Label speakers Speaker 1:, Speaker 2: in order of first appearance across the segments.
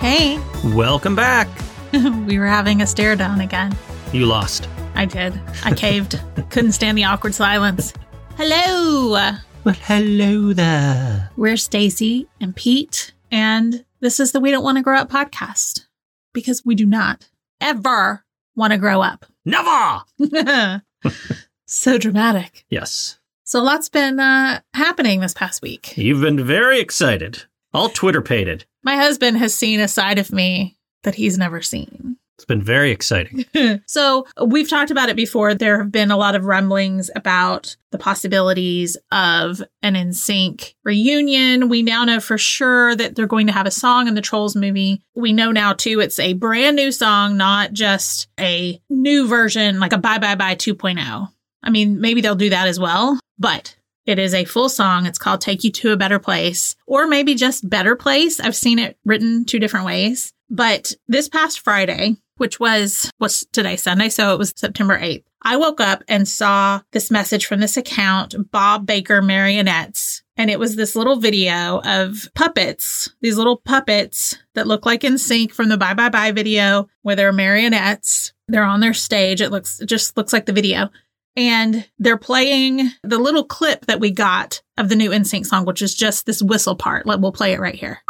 Speaker 1: Hey,
Speaker 2: Welcome back.
Speaker 1: we were having a stare down again.
Speaker 2: You lost.
Speaker 1: I did. I caved. Couldn't stand the awkward silence. Hello.
Speaker 2: Well, hello there.
Speaker 1: We're Stacy and Pete, and this is the We Don't Want to Grow Up podcast because we do not ever want to grow up.
Speaker 2: Never.
Speaker 1: so dramatic.
Speaker 2: Yes.
Speaker 1: So, a lot's been uh, happening this past week.
Speaker 2: You've been very excited. All Twitter pated.
Speaker 1: My husband has seen a side of me that he's never seen.
Speaker 2: It's been very exciting.
Speaker 1: so we've talked about it before. There have been a lot of rumblings about the possibilities of an NSYNC reunion. We now know for sure that they're going to have a song in the Trolls movie. We know now too it's a brand new song, not just a new version like a Bye Bye Bye 2.0. I mean, maybe they'll do that as well, but it is a full song. It's called Take You to a Better Place, or maybe just Better Place. I've seen it written two different ways. But this past Friday, which was what's today, Sunday, so it was September 8th, I woke up and saw this message from this account, Bob Baker Marionettes. And it was this little video of puppets, these little puppets that look like in sync from the Bye Bye Bye video, where they're marionettes. They're on their stage. It looks it just looks like the video and they're playing the little clip that we got of the new NSYNC song, which is just this whistle part. Let we'll play it right here.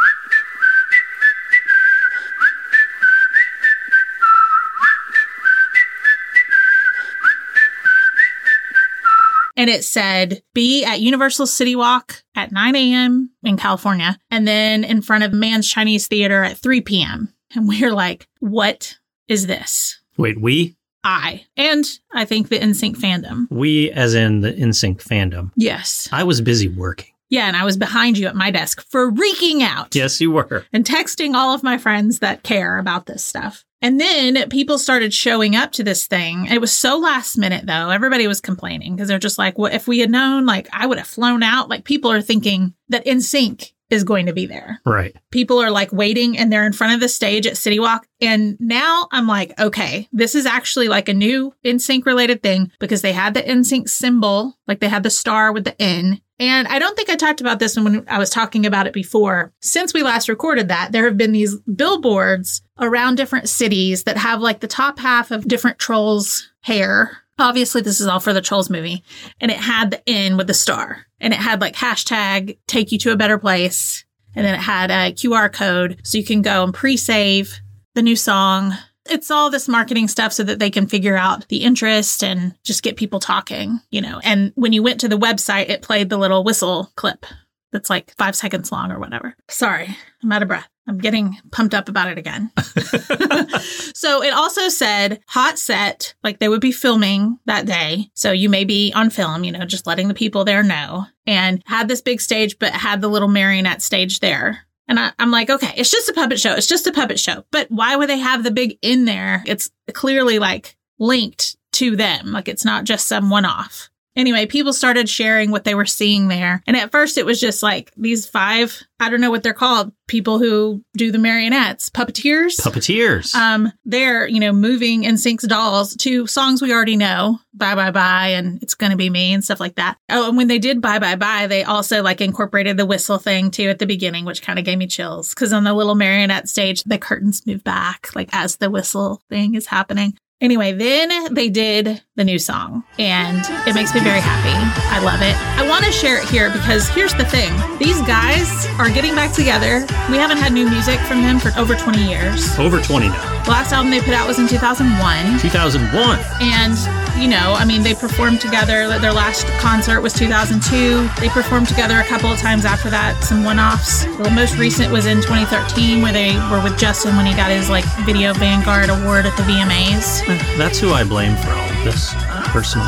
Speaker 1: And it said, be at Universal City Walk at 9 a.m. in California, and then in front of Man's Chinese Theater at 3 p.m. And we're like, what is this?
Speaker 2: Wait, we?
Speaker 1: I, and I think the NSYNC fandom.
Speaker 2: We, as in the NSYNC fandom.
Speaker 1: Yes.
Speaker 2: I was busy working.
Speaker 1: Yeah, and I was behind you at my desk freaking out.
Speaker 2: Yes, you were.
Speaker 1: And texting all of my friends that care about this stuff. And then people started showing up to this thing. It was so last minute though. Everybody was complaining because they're just like, well, if we had known, like I would have flown out. Like people are thinking that NSYNC is going to be there.
Speaker 2: Right.
Speaker 1: People are like waiting and they're in front of the stage at City Walk. And now I'm like, okay, this is actually like a new NSYNC related thing because they had the NSYNC symbol, like they had the star with the N. And I don't think I talked about this when I was talking about it before. Since we last recorded that, there have been these billboards around different cities that have like the top half of different trolls' hair. Obviously, this is all for the Trolls movie. And it had the N with the star. And it had like hashtag take you to a better place and then it had a QR code so you can go and pre-save the new song. It's all this marketing stuff so that they can figure out the interest and just get people talking, you know. And when you went to the website, it played the little whistle clip that's like five seconds long or whatever. Sorry, I'm out of breath. I'm getting pumped up about it again. so it also said hot set, like they would be filming that day. So you may be on film, you know, just letting the people there know. And had this big stage, but had the little marionette stage there. And I, I'm like, okay, it's just a puppet show. It's just a puppet show. But why would they have the big in there? It's clearly like linked to them. Like it's not just some one off. Anyway, people started sharing what they were seeing there. And at first, it was just like these five, I don't know what they're called, people who do the marionettes, puppeteers.
Speaker 2: Puppeteers.
Speaker 1: Um, they're, you know, moving and syncs dolls to songs we already know, Bye Bye Bye and It's Gonna Be Me and stuff like that. Oh, and when they did Bye Bye Bye, they also like incorporated the whistle thing too at the beginning, which kind of gave me chills. Cause on the little marionette stage, the curtains move back, like as the whistle thing is happening. Anyway, then they did the new song, and it makes me very happy. I love it. I want to share it here because here's the thing these guys are getting back together. We haven't had new music from them for over 20 years.
Speaker 2: Over 20 now.
Speaker 1: The last album they put out was in 2001.
Speaker 2: 2001.
Speaker 1: And, you know, I mean, they performed together. Their last concert was 2002. They performed together a couple of times after that, some one offs. The most recent was in 2013, where they were with Justin when he got his, like, Video Vanguard Award at the VMAs.
Speaker 2: That's who I blame for all of this, personally.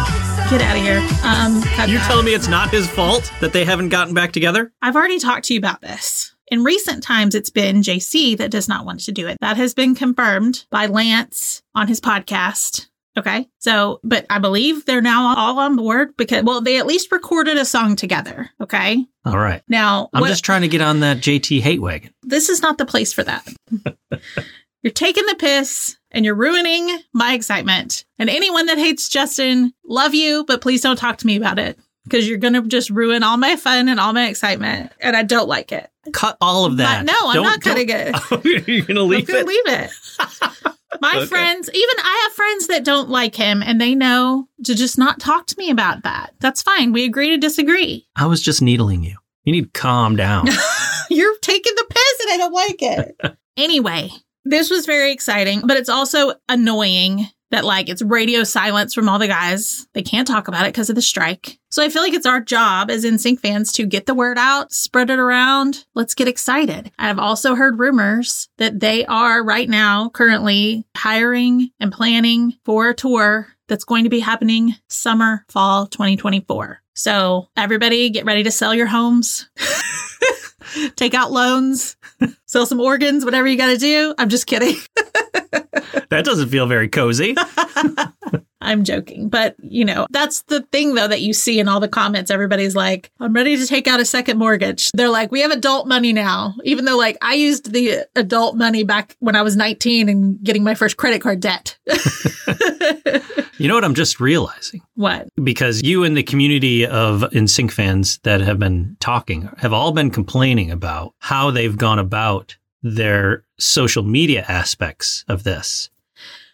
Speaker 1: Get out of here. Um, cut
Speaker 2: You're
Speaker 1: that.
Speaker 2: telling me it's not his fault that they haven't gotten back together?
Speaker 1: I've already talked to you about this. In recent times, it's been JC that does not want to do it. That has been confirmed by Lance on his podcast. Okay. So, but I believe they're now all on board because, well, they at least recorded a song together. Okay.
Speaker 2: All right.
Speaker 1: Now,
Speaker 2: I'm
Speaker 1: what-
Speaker 2: just trying to get on that JT hate wagon.
Speaker 1: this is not the place for that. you're taking the piss and you're ruining my excitement. And anyone that hates Justin, love you, but please don't talk to me about it because you're going to just ruin all my fun and all my excitement. And I don't like it.
Speaker 2: Cut all of that.
Speaker 1: But no, I'm
Speaker 2: Don't-
Speaker 1: not cutting it.
Speaker 2: don't- You're gonna leave
Speaker 1: I'm gonna
Speaker 2: it.
Speaker 1: leave it. My
Speaker 2: Okay.
Speaker 1: friends, even I have friends that don't like him and they know to just not talk to me about that. That's fine. We agree to disagree.
Speaker 2: I was just needling you. You need to calm down.
Speaker 1: You're taking the piss and I don't like it. anyway, this was very exciting, but it's also annoying that like it's radio silence from all the guys. They can't talk about it because of the strike. So I feel like it's our job as NSYNC fans to get the word out, spread it around. Let's get excited. I've also heard rumors that they are right now currently hiring and planning for a tour that's going to be happening summer fall 2024. So everybody get ready to sell your homes. Take out loans, sell some organs, whatever you got to do. I'm just kidding.
Speaker 2: that doesn't feel very cozy.
Speaker 1: I'm joking. But, you know, that's the thing, though, that you see in all the comments. Everybody's like, I'm ready to take out a second mortgage. They're like, we have adult money now. Even though, like, I used the adult money back when I was 19 and getting my first credit card debt.
Speaker 2: You know what I'm just realizing?
Speaker 1: what?
Speaker 2: Because you and the community of NSYNC fans that have been talking have all been complaining about how they've gone about their social media aspects of this.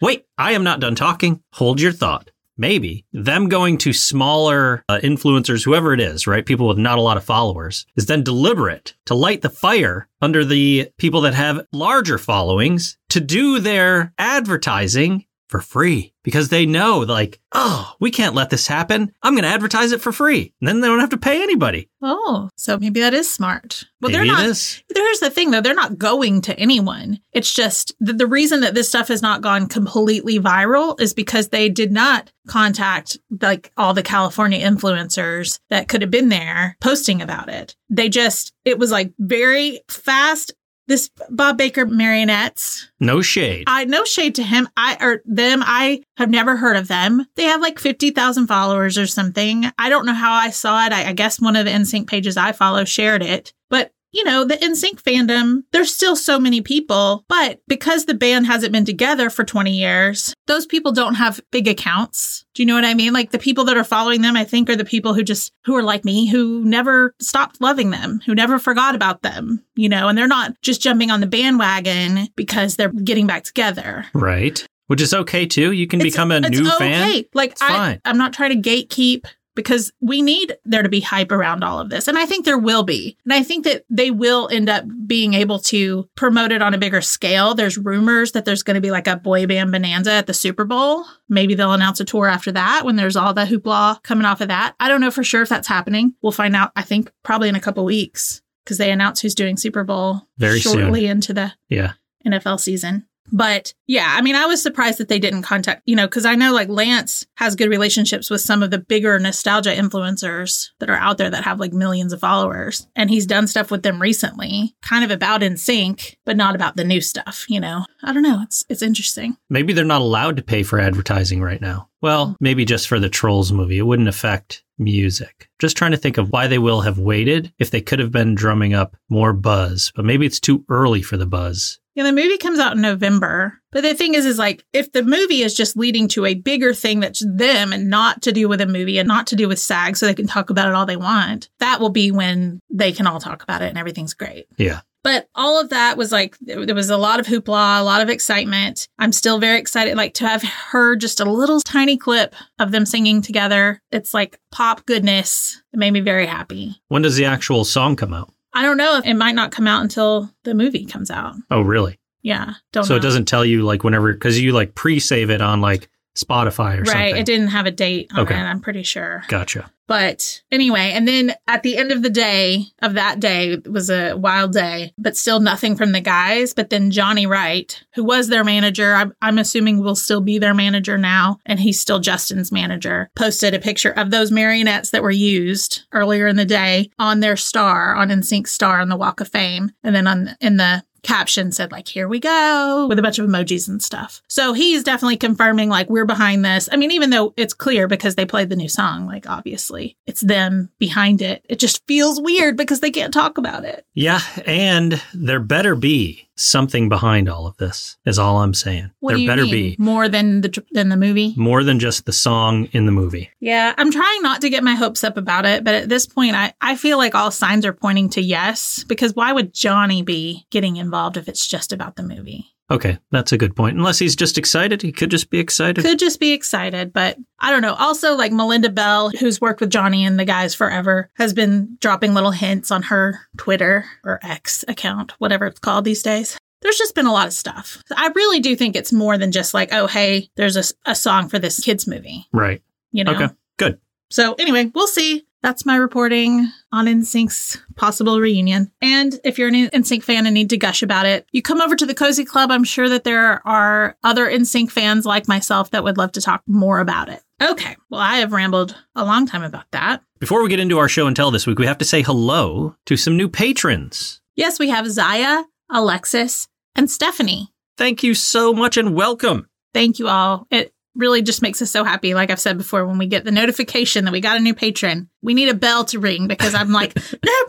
Speaker 2: Wait, I am not done talking. Hold your thought. Maybe them going to smaller uh, influencers, whoever it is, right? People with not a lot of followers, is then deliberate to light the fire under the people that have larger followings to do their advertising for free because they know, like, oh, we can't let this happen. I'm going to advertise it for free. And then they don't have to pay anybody.
Speaker 1: Oh, so maybe that is smart. Well,
Speaker 2: Maybe
Speaker 1: they're not.
Speaker 2: it is.
Speaker 1: Here's the thing, though. They're not going to anyone. It's just the, the reason that this stuff has not gone completely viral is because they did not contact like all the California influencers that could have been there posting about it. They just, it was like very fast. This Bob Baker marionettes.
Speaker 2: No shade.
Speaker 1: I no shade to him. I or them. I have never heard of them. They have like fifty thousand followers or something. I don't know how I saw it. I, I guess one of the NSYNC pages I follow shared it. But you know, the NSYNC fandom. There's still so many people, but because the band hasn't been together for twenty years, those people don't have big accounts. Do you know what I mean? Like the people that are following them, I think, are the people who just who are like me, who never stopped loving them, who never forgot about them. You know, and they're not just jumping on the bandwagon because they're getting back together.
Speaker 2: right. Which is okay too. You can
Speaker 1: It's-
Speaker 2: become a new
Speaker 1: it's
Speaker 2: fan.
Speaker 1: okay. Like
Speaker 2: It's
Speaker 1: I,
Speaker 2: fine.
Speaker 1: I'm not trying to gatekeep because we need there to be hype around all of this, and I think there will be, and I think that they will end up being able to promote it on a bigger scale. There's rumors that there's going to be like a boy band bonanza at the Super Bowl. Maybe they'll announce a tour after that when there's all the hoopla coming off of that. I don't know for sure if that's happening. We'll find out. I think probably in a couple weeks because they announce who's doing Super Bowl
Speaker 2: Very soon.
Speaker 1: shortly into the
Speaker 2: Yeah.
Speaker 1: NFL season. But yeah, I mean, I was surprised that they didn't contact, you know, because I know like Lance has good relationships with some of the bigger nostalgia influencers that are out there that have like millions of followers. And he's done stuff with them recently, kind of about in sync, but not about the new stuff, you know. I don't know. It's it's interesting.
Speaker 2: Maybe they're not allowed to pay for advertising right now.
Speaker 1: Mm-hmm.
Speaker 2: Well, maybe just for the Trolls movie. It wouldn't affect music. Just trying to think of why they will have waited if they could have been drumming up more buzz, but maybe it's too early for the buzz.
Speaker 1: Yeah, the movie comes out in November. But the thing is, is like if the movie is just leading to a bigger thing that's them and not to do with a movie and not to do with SAG, so they can talk about it all they want, that will be when they can all talk about it and everything's great.
Speaker 2: Yeah.
Speaker 1: But all of that was like, there was a lot of hoopla, a lot of excitement. I'm still very excited, like to have heard just a little tiny clip of them singing together. It's like pop goodness. It made me very happy.
Speaker 2: When does the actual song come out?
Speaker 1: I don't know if it might not come out until the movie comes out.
Speaker 2: Oh, really?
Speaker 1: Yeah. Don't
Speaker 2: so
Speaker 1: know.
Speaker 2: it doesn't tell you like whenever because you like pre-save it on like Spotify or
Speaker 1: right.
Speaker 2: something.
Speaker 1: It didn't have a date on
Speaker 2: Okay.
Speaker 1: it, I'm pretty sure.
Speaker 2: Gotcha.
Speaker 1: But anyway, and then at the end of the day of that day it was a wild day, but still nothing from the guys. But then Johnny Wright, who was their manager, I'm, I'm assuming will still be their manager now, and he's still Justin's manager, posted a picture of those marionettes that were used earlier in the day on their star, on NSYNC star on the Walk of Fame, and then on in the caption said like here we go with a bunch of emojis and stuff so he's definitely confirming like we're behind this i mean even though it's clear because they played the new song like obviously it's them behind it it just feels weird because they can't talk about it
Speaker 2: Yeah, and there better be something behind all of this. Is all I'm saying.
Speaker 1: What
Speaker 2: there
Speaker 1: do you
Speaker 2: better
Speaker 1: mean?
Speaker 2: be
Speaker 1: more than the than the movie.
Speaker 2: more than just the song in the movie.
Speaker 1: Yeah, I'm trying not to get my hopes up about it, but at this point, I, I feel like all signs are pointing to yes, because why would Johnny be getting involved if it's just about the movie?
Speaker 2: Okay, that's a good point. Unless he's just excited, he could just be excited.
Speaker 1: Could just be excited, but I don't know. Also, like Melinda Bell, who's worked with Johnny and the guys forever, has been dropping little hints on her Twitter or X account, whatever it's called these days. There's just been a lot of stuff. I really do think it's more than just like, oh, hey, there's a, s- a song for this kids movie.
Speaker 2: Right.
Speaker 1: you know.
Speaker 2: Okay, good.
Speaker 1: So anyway, we'll see. That's my reporting on NSYNC's possible reunion. And if you're an NSYNC fan and need to gush about it, you come over to the Cozy Club. I'm sure that there are other NSYNC fans like myself that would love to talk more about it. Okay. Well, I have rambled a long time about that.
Speaker 2: Before we get into our show and tell this week, we have to say hello to some new patrons.
Speaker 1: Yes, we have Zaya, Alexis, and Stephanie.
Speaker 2: Thank you so much and welcome.
Speaker 1: Thank you all. It really just makes us so happy. Like I've said before, when we get the notification that we got a new patron, we need a bell to ring because I'm like, new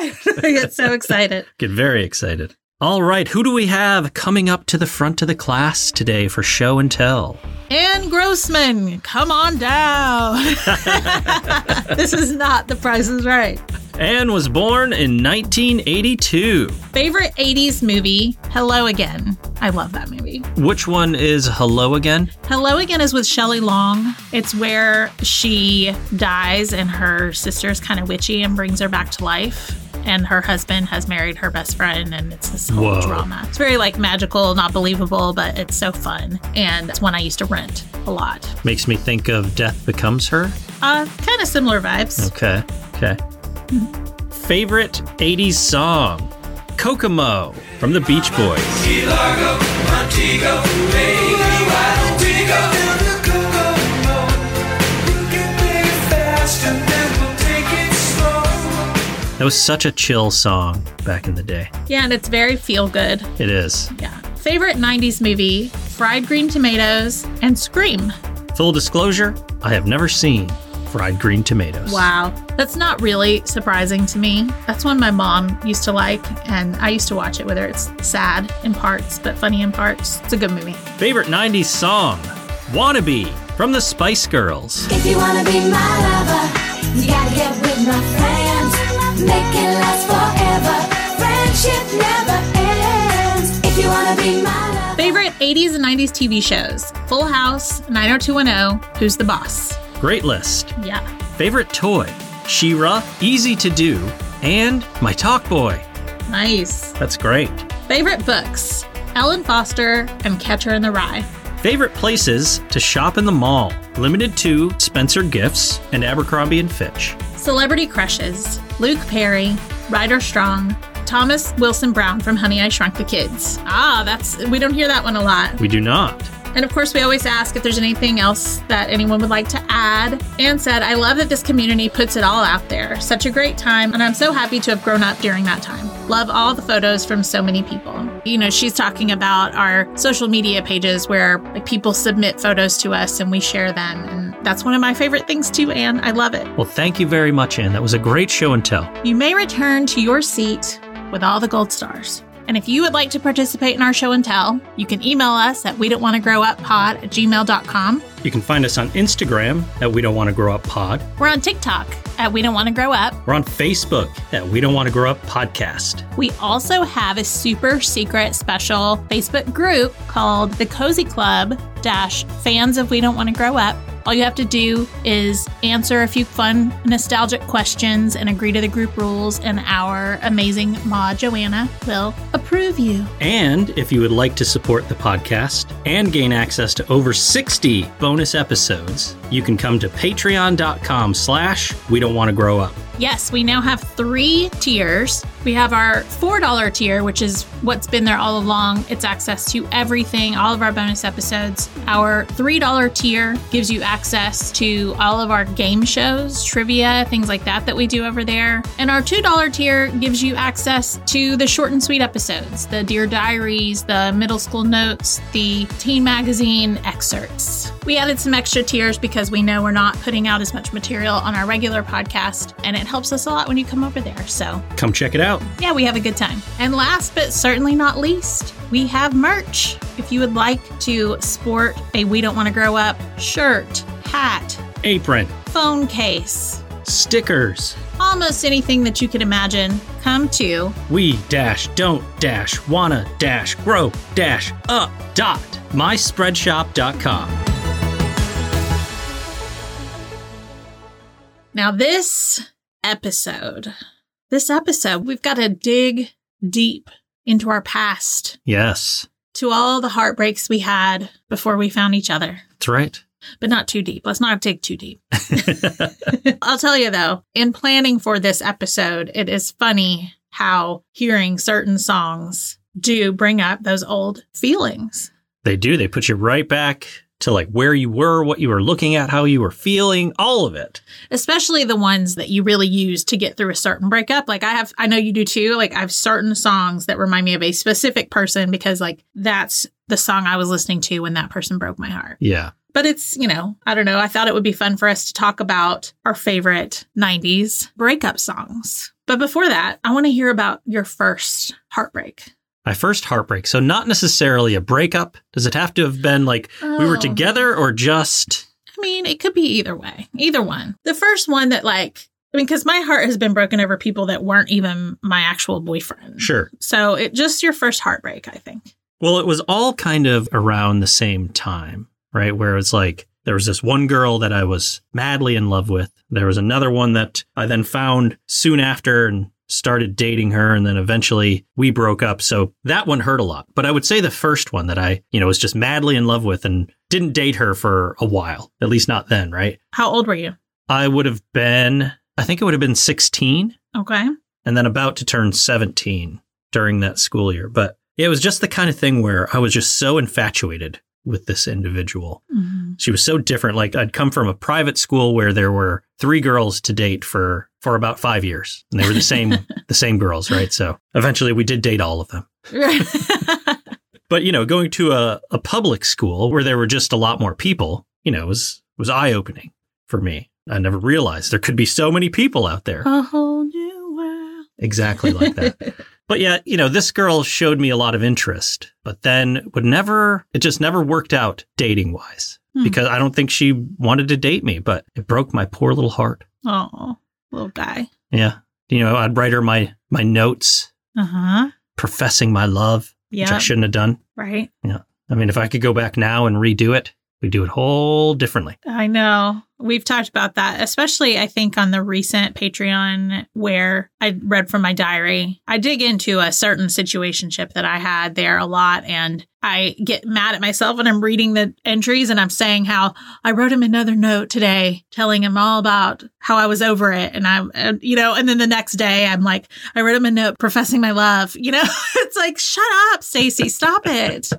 Speaker 1: patron! I get so excited.
Speaker 2: Get very excited. All right, who do we have coming up to the front of the class today for show and tell?
Speaker 1: Anne Grossman, come on down. this is not the price is right.
Speaker 2: Anne was born in 1982.
Speaker 1: Favorite 80s movie, Hello Again. I love that movie.
Speaker 2: Which one is Hello Again?
Speaker 1: Hello Again is with Shelley Long. It's where she dies and her sister's kind of witchy and brings her back to life. And her husband has married her best friend, and it's this whole
Speaker 2: Whoa.
Speaker 1: drama. It's very like magical, not believable, but it's so fun. And it's one I used to rent a lot.
Speaker 2: Makes me think of Death Becomes Her.
Speaker 1: Uh, kind of similar vibes.
Speaker 2: Okay, okay. Favorite 80s song? Kokomo from the Beach Boys.
Speaker 3: Chicago, Montego, baby, why don't we go down to Kokomo? We can play it fast and then we'll take it slow.
Speaker 2: That was such a chill song back in the day.
Speaker 1: Yeah, and it's very feel good.
Speaker 2: It is.
Speaker 1: Yeah. Favorite 90s movie Fried Green Tomatoes and Scream.
Speaker 2: Full disclosure, I have never seen fried green tomatoes.
Speaker 1: Wow. That's not really surprising to me. That's one my mom used to like, and I used to watch it with her. It's sad in parts, but funny in parts. It's a good movie.
Speaker 2: Favorite 90s song? Wannabe from the Spice Girls.
Speaker 4: If you wanna be my lover, you gotta get with my friends. Make it last forever. Friendship never ends. If you wanna be my lover.
Speaker 1: Favorite 80s and 90s TV shows Full House, 90210, Who's the Boss?
Speaker 2: Great list.
Speaker 1: Yeah.
Speaker 2: Favorite toy? She-Ra, Easy to Do, and My Talk Boy.
Speaker 1: Nice.
Speaker 2: That's great.
Speaker 1: Favorite books Ellen Foster and Catcher in the Rye.
Speaker 2: Favorite places to shop in the mall? Limited to Spencer Gifts and Abercrombie and Fitch.
Speaker 1: Celebrity crushes Luke Perry, Ryder Strong, Thomas Wilson Brown from Honey I Shrunk the Kids. Ah, that's we don't hear that one a lot.
Speaker 2: We do not.
Speaker 1: And of course, we always ask if there's anything else that anyone would like to add. Anne said, I love that this community puts it all out there. Such a great time, and I'm so happy to have grown up during that time. Love all the photos from so many people. You know, she's talking about our social media pages where like, people submit photos to us and we share them. And that's one of my favorite things too, Anne. I love it.
Speaker 2: Well, thank you very much, Anne. That was a great show and tell.
Speaker 1: You may return to your seat with all the gold stars. And if you would like to participate in our show and tell, you can email us at we don't want to grow up pod at gmail.com.
Speaker 2: You can find us on Instagram at We Don't Want to Grow Up Pod.
Speaker 1: We're on TikTok at we don't want to grow up.
Speaker 2: We're on Facebook at We Don't Want to Grow Up Podcast.
Speaker 1: We also have a super secret special Facebook group called the Cozy Club dash fans of We Don't Want to Grow Up. All you have to do is answer a few fun nostalgic questions and agree to the group rules, and our amazing Ma Joanna will approve you.
Speaker 2: And if you would like to support the podcast and gain access to over 60 bonus episodes, you can come to patreon.com slash we don't want to grow up.
Speaker 1: Yes, we now have three tiers. We have our $4 tier, which is what's been there all along. It's access to everything, all of our bonus episodes. Our $3 tier gives you access to all of our game shows, trivia, things like that that we do over there. And our $2 tier gives you access to the short and sweet episodes, the Dear Diaries, the middle school notes, the Teen Magazine excerpts. We added some extra tiers because we know we're not putting out as much material on our regular podcast, and it helps us a lot when you come over there. So,
Speaker 2: Come check it out.
Speaker 1: yeah, we have a good time. And last but certainly not least, we have merch. If you would like to sport a We Don't Want to Grow Up shirt, hat,
Speaker 2: Apron,
Speaker 1: phone case,
Speaker 2: stickers,
Speaker 1: almost anything that you could imagine, come to
Speaker 2: we dash don't dash wanna dash grow dash up dot myspreadshop.com.
Speaker 1: Now, this episode, this episode, we've got to dig deep into our past
Speaker 2: Yes,
Speaker 1: to all the heartbreaks we had before we found each other,
Speaker 2: that's right.
Speaker 1: but not too deep. Let's not dig too deep. I'll tell you though, in planning for this episode, it is funny how hearing certain songs do bring up those old feelings.
Speaker 2: They do. They put you right back to like where you were, what you were looking at, how you were feeling, all of it.
Speaker 1: especially the ones that you really use to get through a certain breakup. Like I have, I know you do too. Like I have certain songs that remind me of a specific person because like that's the song I was listening to when that person broke my heart.
Speaker 2: Yeah.
Speaker 1: But it's, you know, I don't know. I thought it would be fun for us to talk about our favorite 90s breakup songs. But before that, I want to hear about your first heartbreak.
Speaker 2: My first heartbreak. So, not necessarily a breakup. Does it have to have been like we were
Speaker 1: Oh.
Speaker 2: together or just.
Speaker 1: I mean, it could be either way, either one. The first one that like, I mean, because my heart has been broken over people that weren't even my actual boyfriend.
Speaker 2: Sure.
Speaker 1: So it just your first heartbreak, I think.
Speaker 2: Well, it was all kind of around the same time, right? Where it's like there was this one girl that I was madly in love with. There was another one that I then found soon after and started dating her. And then eventually we broke up. So that one hurt a lot. But I would say the first one that I, you know, was just madly in love with and didn't date her for a while, at least not then, right?
Speaker 1: How old were you?
Speaker 2: I would have been, I think it would have been 16
Speaker 1: Okay.
Speaker 2: and then about to turn 17 during that school year. But it was just the kind of thing where I was just so infatuated with this individual.
Speaker 1: Mm-hmm.
Speaker 2: She was so different. Like I'd come from a private school where there were three girls to date for for about 5 years. And they were the same the same girls, right? So eventually we did date all of them. But you know, going to a, a public school where there were just a lot more people, you know, was was eye-opening for me. I never realized there could be so many people out there
Speaker 1: A whole new world.
Speaker 2: exactly like that. but yeah, you know, this girl showed me a lot of interest, but then would never, it just never worked out dating wise
Speaker 1: Hmm.
Speaker 2: because I don't think she wanted to date me, but it broke my poor little heart.
Speaker 1: Oh, little guy.
Speaker 2: Yeah. You know, I'd write her my, my notes
Speaker 1: Uh huh.
Speaker 2: professing my love, which I
Speaker 1: Yeah.
Speaker 2: shouldn't have done.
Speaker 1: Right.
Speaker 2: I mean, if I could go back now and redo it, we'd do it whole differently.
Speaker 1: I know. We've talked about that, especially I think on the recent Patreon where I read from my diary. I dig into a certain situationship that I had there a lot and I get mad at myself when I'm reading the entries and I'm saying how I wrote him another note today telling him all about how I was over it and I'm and, you know and then the next day I'm like I wrote him a note professing my love. You know, it's like shut up, Stacy, stop it.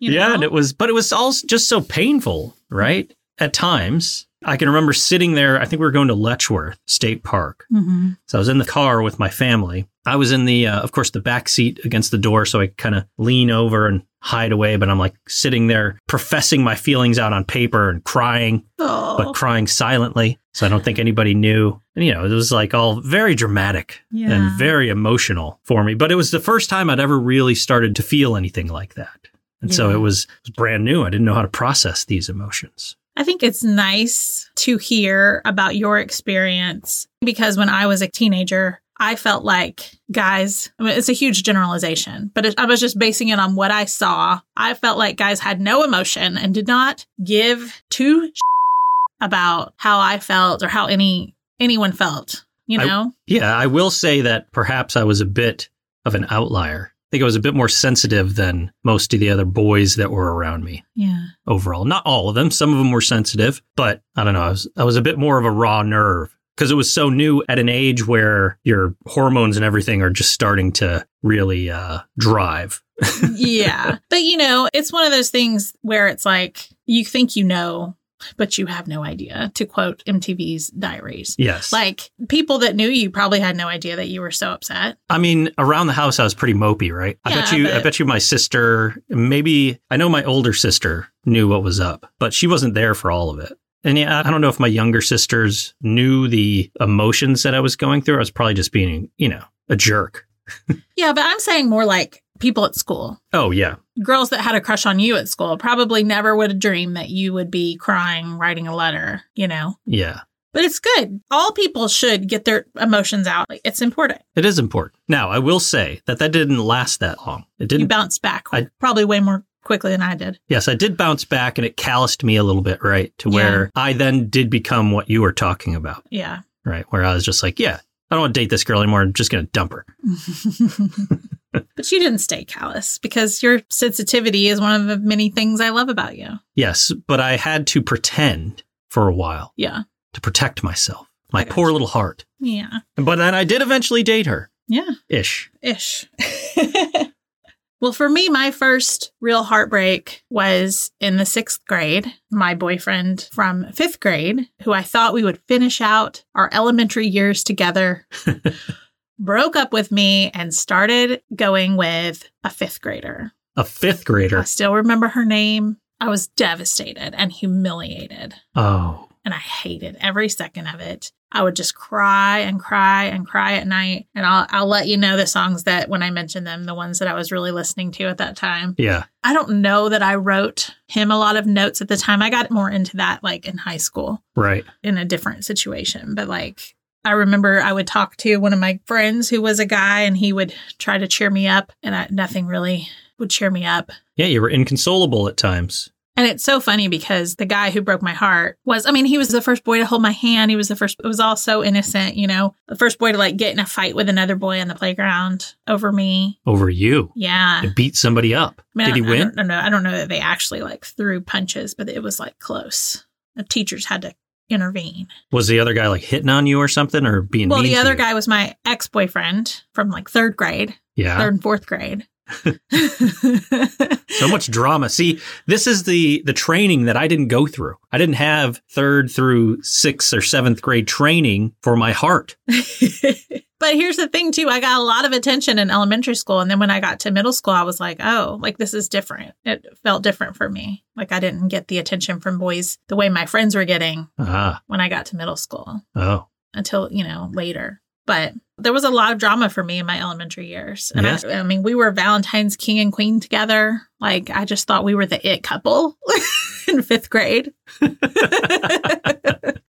Speaker 1: You
Speaker 2: yeah,
Speaker 1: know?
Speaker 2: and it was, but it was all just so painful, right? At times, I can remember sitting there. I think we were going to Letchworth State Park,
Speaker 1: Mhm.
Speaker 2: So I was in the car with my family. I was in the, uh, of course, the back seat against the door, so I kind of lean over and hide away. But I'm like sitting there, professing my feelings out on paper and crying,
Speaker 1: Oh.
Speaker 2: but crying silently. So I don't think anybody knew. And you know, it was like all very dramatic
Speaker 1: Yeah.
Speaker 2: and very emotional for me. But it was the first time I'd ever really started to feel anything like that. And so
Speaker 1: Yeah.
Speaker 2: it was, it was brand new. I didn't know how to process these emotions.
Speaker 1: I think it's nice to hear about your experience because when I was a teenager, I felt like guys, I mean, it's a huge generalization, but it, I was just basing it on what I saw. I felt like guys had no emotion and did not give two about how I felt or how any anyone felt, you
Speaker 2: I-
Speaker 1: know?
Speaker 2: Yeah, I will say that perhaps I was a bit of an outlier. I think I was a bit more sensitive than most of the other boys that were around me
Speaker 1: yeah.
Speaker 2: overall. Not all of them. Some of them were sensitive, but I don't know. I was, I was a bit more of a raw nerve because it was so new at an age where your hormones and everything are just starting to really uh, drive.
Speaker 1: yeah. But you know, it's one of those things where it's like you think you know. but you have no idea, to quote MTV's diaries.
Speaker 2: Yes.
Speaker 1: Like people that knew you probably had no idea that you were so upset.
Speaker 2: I mean, around the house, I was pretty mopey, right? I bet
Speaker 1: Yeah,
Speaker 2: you, I
Speaker 1: but-
Speaker 2: bet you, my sister, maybe I know my older sister knew what was up, but she wasn't there for all of it. And yeah, I don't know if my younger sisters knew the emotions that I was going through. I was probably just being, you know, a jerk.
Speaker 1: Yeah, but I'm saying more like people at school.
Speaker 2: Oh yeah,
Speaker 1: Girls that had a crush on you at school probably never would have dreamed that you would be crying, writing a letter, you know?
Speaker 2: yeah,
Speaker 1: But it's good. All people should get their emotions out. Like, It's important.
Speaker 2: it is important. Now, I will say that that didn't last that long. It
Speaker 1: You
Speaker 2: didn't.
Speaker 1: bounce back
Speaker 2: I-
Speaker 1: probably way more quickly than I did.
Speaker 2: yes, I did bounce back, and it calloused me a little bit, right? To where I then did become what you were talking about.
Speaker 1: Yeah.
Speaker 2: right? Where I was just like, yeah, I don't want to date this girl anymore. I'm just going to dump her.
Speaker 1: But you didn't stay callous because your sensitivity is one of the many things I love about you.
Speaker 2: Yes, but I had to pretend for a while
Speaker 1: Yeah.
Speaker 2: to protect myself, my
Speaker 1: I got
Speaker 2: poor little heart.
Speaker 1: Yeah.
Speaker 2: But then I did eventually date her
Speaker 1: Yeah.
Speaker 2: ish.
Speaker 1: Ish. well, for me, my first real heartbreak was in the sixth grade. My boyfriend from fifth grade, who I thought we would finish out our elementary years together, broke up with me and started going with a fifth grader.
Speaker 2: A fifth grader.
Speaker 1: I still remember her name. I was devastated and humiliated,
Speaker 2: Oh,
Speaker 1: and I hated every second of it. I would just cry and cry and cry at night. And I'll, I'll let you know the songs that, when I mention them, the ones that I was really listening to at that time.
Speaker 2: yeah.
Speaker 1: I don't know that I wrote him a lot of notes at the time. I got more into that like in high school
Speaker 2: Right.
Speaker 1: in a different situation. But like, I remember I would talk to one of my friends who was a guy and he would try to cheer me up, and I, nothing really would cheer me up.
Speaker 2: Yeah, you were inconsolable at times.
Speaker 1: And it's so funny because the guy who broke my heart was, I mean, he was the first boy to hold my hand. He was the first, it was all so innocent, you know, the first boy to like get in a fight with another boy on the playground over me.
Speaker 2: Over you.
Speaker 1: Yeah.
Speaker 2: You beat somebody up.
Speaker 1: I mean,
Speaker 2: Did
Speaker 1: I
Speaker 2: he
Speaker 1: don't- I
Speaker 2: win?
Speaker 1: don't, know. I don't know that they actually like threw punches, but it was like close. The teachers had to intervene.
Speaker 2: Was the other guy like hitting on you or something or being
Speaker 1: well,
Speaker 2: mean
Speaker 1: the
Speaker 2: to
Speaker 1: other
Speaker 2: you?
Speaker 1: guy was my ex boyfriend from like third grade,
Speaker 2: Yeah.
Speaker 1: third and fourth grade.
Speaker 2: so much drama. See, this is the the training that I didn't go through. I didn't have third through sixth or seventh grade training for my heart.
Speaker 1: but here's the thing too i got a lot of attention in elementary school and then when i got to middle school i was like oh like this is different it felt different for me like i didn't get the attention from boys the way my friends were getting
Speaker 2: Ah,
Speaker 1: when i got to middle school
Speaker 2: oh,
Speaker 1: until you know later but there was a lot of drama for me in my elementary years and
Speaker 2: Yes.
Speaker 1: I, I mean we were valentine's king and queen together like i just thought we were the it couple in fifth grade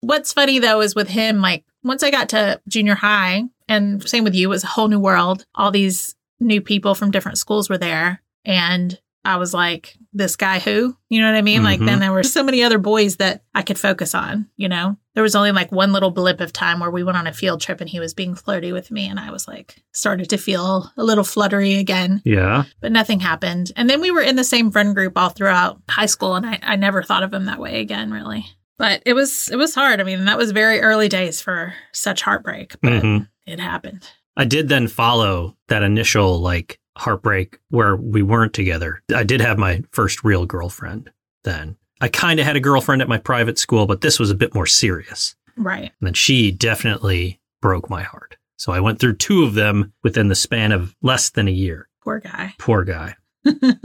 Speaker 1: what's funny though is with him like once i got to junior high and same with you it was a whole new world all these new people from different schools were there and i was like this guy who you know what i mean like
Speaker 2: Mhm.
Speaker 1: then there were so many other boys that i could focus on you know there was only like one little blip of time where we went on a field trip and he was being flirty with me and i was like started to feel a little fluttery again
Speaker 2: yeah.
Speaker 1: but nothing happened and then we were in the same friend group all throughout high school and i, I never thought of him that way again really but it was it was hard i mean that was very early days for such heartbreak but
Speaker 2: hmm
Speaker 1: it happened
Speaker 2: I did then follow that initial like heartbreak where we weren't together. I did have my first real girlfriend then. I kind of had a girlfriend at my private school, but this was a bit more serious.
Speaker 1: right
Speaker 2: And then she definitely broke my heart. So I went through two of them within the span of less than a year.
Speaker 1: poor guy
Speaker 2: Poor guy.
Speaker 1: well,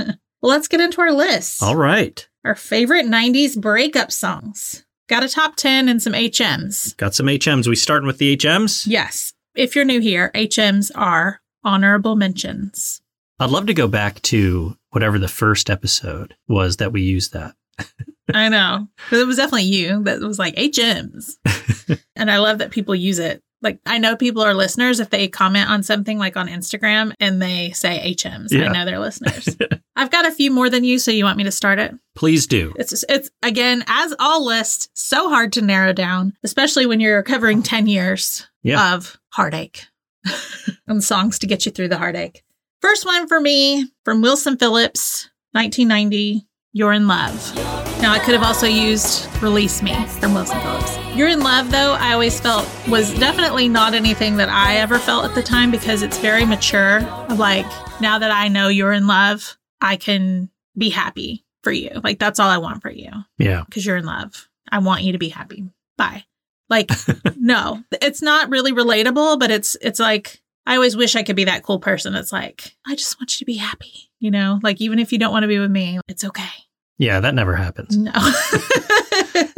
Speaker 1: let's get into our list.
Speaker 2: All right.
Speaker 1: Our favorite 90s breakup songs. Got a top 10 and some HMs.
Speaker 2: Got some HMs. We starting with the HMs?
Speaker 1: Yes. If you're new here, HMs are honorable mentions.
Speaker 2: I'd love to go back to whatever the first episode was that we used that.
Speaker 1: I know. But it was definitely you that was like HMs. and I love that people use it. Like I know people are listeners if they comment on something like on Instagram and they say HMs.
Speaker 2: Yeah.
Speaker 1: I know they're listeners. I've got a few more than you, so you want me to start it?
Speaker 2: Please do.
Speaker 1: It's it's again as all lists so hard to narrow down, especially when you're covering ten years
Speaker 2: Yeah.
Speaker 1: of heartache and songs to get you through the heartache. First one for me from Wilson Phillips, 1990. You're in love. Now I could have also used "Release Me" from Wilson Phillips. "You're in Love," though, I always felt was definitely not anything that I ever felt at the time because it's very mature. Of like, now that I know you're in love, I can be happy for you. Like that's all I want for you
Speaker 2: Yeah.
Speaker 1: because you're in love. I want you to be happy. Bye. Like, no, it's not really relatable, but it's it's like I always wish I could be that cool person. It's like I just want you to be happy. You know, like even if you don't want to be with me, it's okay.
Speaker 2: Yeah, that never happens.
Speaker 1: No.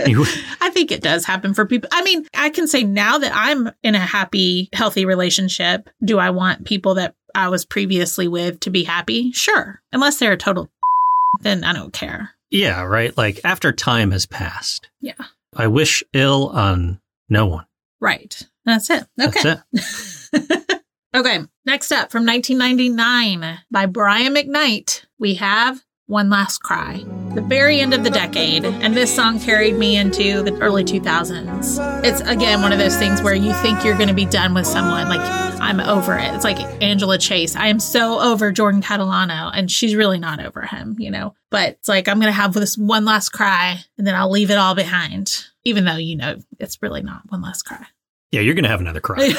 Speaker 2: You-
Speaker 1: I think it does happen for people. I mean, I can say now that I'm in a happy, healthy relationship, do I want people that I was previously with to be happy? Sure. Unless they're a total then I don't care.
Speaker 2: Yeah, right. Like after time has passed.
Speaker 1: Yeah.
Speaker 2: I wish ill on no one.
Speaker 1: Right. That's it. Okay.
Speaker 2: That's it.
Speaker 1: okay. Next up from 1999 by Brian McKnight, we have One Last Cry. The very end of the decade, and this song carried me into the early 2000s. It's again one of those things where you think you're going to be done with someone. Like, I'm over it. It's like Angela Chase. I am so over Jordan Catalano, and she's really not over him, you know? But it's like, I'm going to have this one last cry, and then I'll leave it all behind, even though, you know, it's really not one last cry.
Speaker 2: Yeah, you're going to have another cry.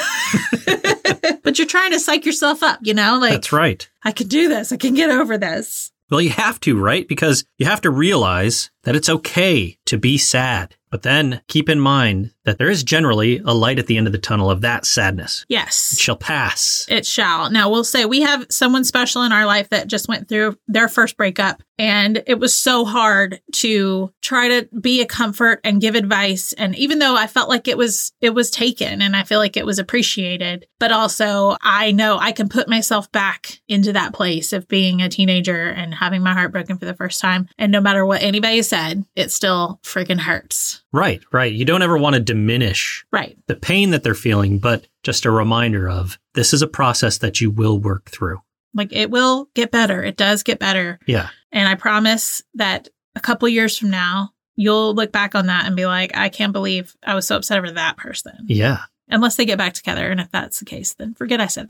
Speaker 1: but you're trying to psych yourself up, you know? Like,
Speaker 2: That's right.
Speaker 1: I can do this. I can get over this.
Speaker 2: Well, you have to, right? Because you have to realize that it's okay to be sad. But then keep in mind that there is generally a light at the end of the tunnel of that sadness. It
Speaker 1: Yes.
Speaker 2: shall pass.
Speaker 1: It shall. Now, we'll say we have someone special in our life that just went through their first breakup, and it was so hard to try to be a comfort and give advice. And even though I felt like it was, it was taken and I feel like it was appreciated, but also I know I can put myself back into that place of being a teenager and having my heart broken for the first time. And no matter what anybody said, it still freaking hurts.
Speaker 2: Right, right. You don't ever want to diminish
Speaker 1: Right.
Speaker 2: the pain that they're feeling, but just a reminder of this is a process that you will work through.
Speaker 1: Like it will get better. It does get better.
Speaker 2: Yeah.
Speaker 1: And I promise that a couple years from now, you'll look back on that and be like, I can't believe I was so upset over that person.
Speaker 2: Yeah.
Speaker 1: Unless they get back together. And if that's the case, then forget I said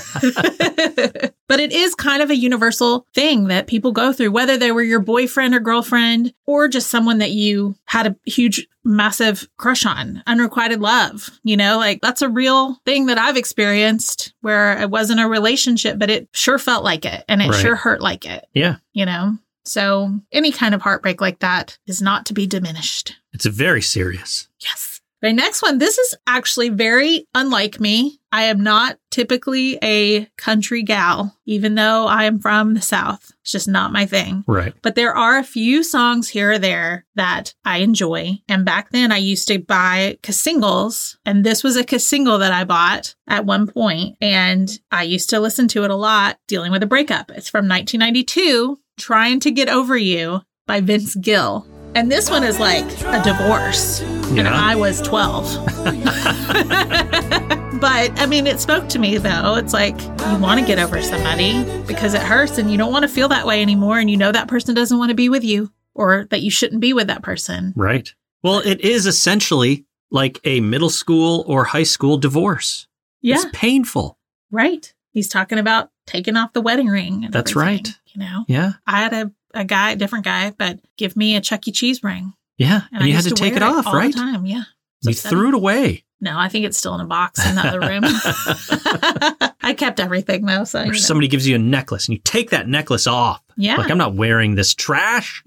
Speaker 1: that. but it is kind of a universal thing that people go through, whether they were your boyfriend or girlfriend or just someone that you had a huge, massive crush on, unrequited love. You know, like that's a real thing that I've experienced where it wasn't a relationship, but it sure felt like it and it
Speaker 2: Right.
Speaker 1: sure hurt like it
Speaker 2: Yeah.
Speaker 1: you know? So any kind of heartbreak like that is not to be diminished.
Speaker 2: It's very serious.
Speaker 1: Yes. My next one, this is actually very unlike me. I am not typically a country gal, even though I am from the South. It's just not my thing.
Speaker 2: Right.
Speaker 1: But there are a few songs here or there that I enjoy. And back then I used to buy ca- singles. And this was a ca- single that I bought at one point, And I used to listen to it a lot dealing with a breakup. It's from 1992, Trying to Get Over You by Vince Gill. And this one is like a divorce. And
Speaker 2: Yeah.
Speaker 1: I was 12. but I mean, it spoke to me though. It's like you want to get over somebody because it hurts and you don't want to feel that way anymore. And you know that person doesn't want to be with you or that you shouldn't be with that person.
Speaker 2: Right. Well, it is essentially like a middle school or high school divorce.
Speaker 1: Yeah.
Speaker 2: It's painful.
Speaker 1: Right. He's talking about taking off the wedding ring. and
Speaker 2: That's
Speaker 1: everything,
Speaker 2: right.
Speaker 1: You know,
Speaker 2: Yeah.
Speaker 1: I had a, a guy, different guy, but give me a Chuck E. Cheese ring.
Speaker 2: Yeah. And,
Speaker 1: I
Speaker 2: you had
Speaker 1: used
Speaker 2: to take
Speaker 1: wear
Speaker 2: it off,
Speaker 1: all
Speaker 2: right?
Speaker 1: The time. Yeah.
Speaker 2: You
Speaker 1: upsetting.
Speaker 2: threw it away.
Speaker 1: No, I think it's still in a box in the other room. I kept everything though. So, you
Speaker 2: Or
Speaker 1: know.
Speaker 2: somebody gives you a necklace and you take that necklace off.
Speaker 1: yeah.
Speaker 2: Like, I'm not wearing this trash.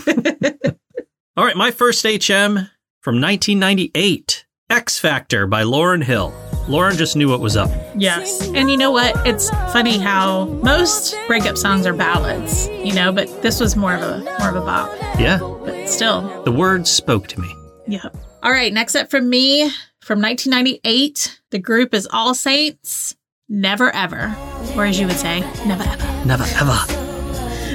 Speaker 2: All right. My first HM from 1998 X Factor by Lauren Hill. Lauren just knew what was up.
Speaker 1: Yes. And you know what? It's funny how most breakup songs are ballads, you know, but this was more of a more of a bop.
Speaker 2: Yeah.
Speaker 1: But still,
Speaker 2: The words spoke to me.
Speaker 1: yeah. All right, next up from me from 1998, the group is All Saints, Never Ever, or as you would say, Never Ever.
Speaker 2: Never, ever.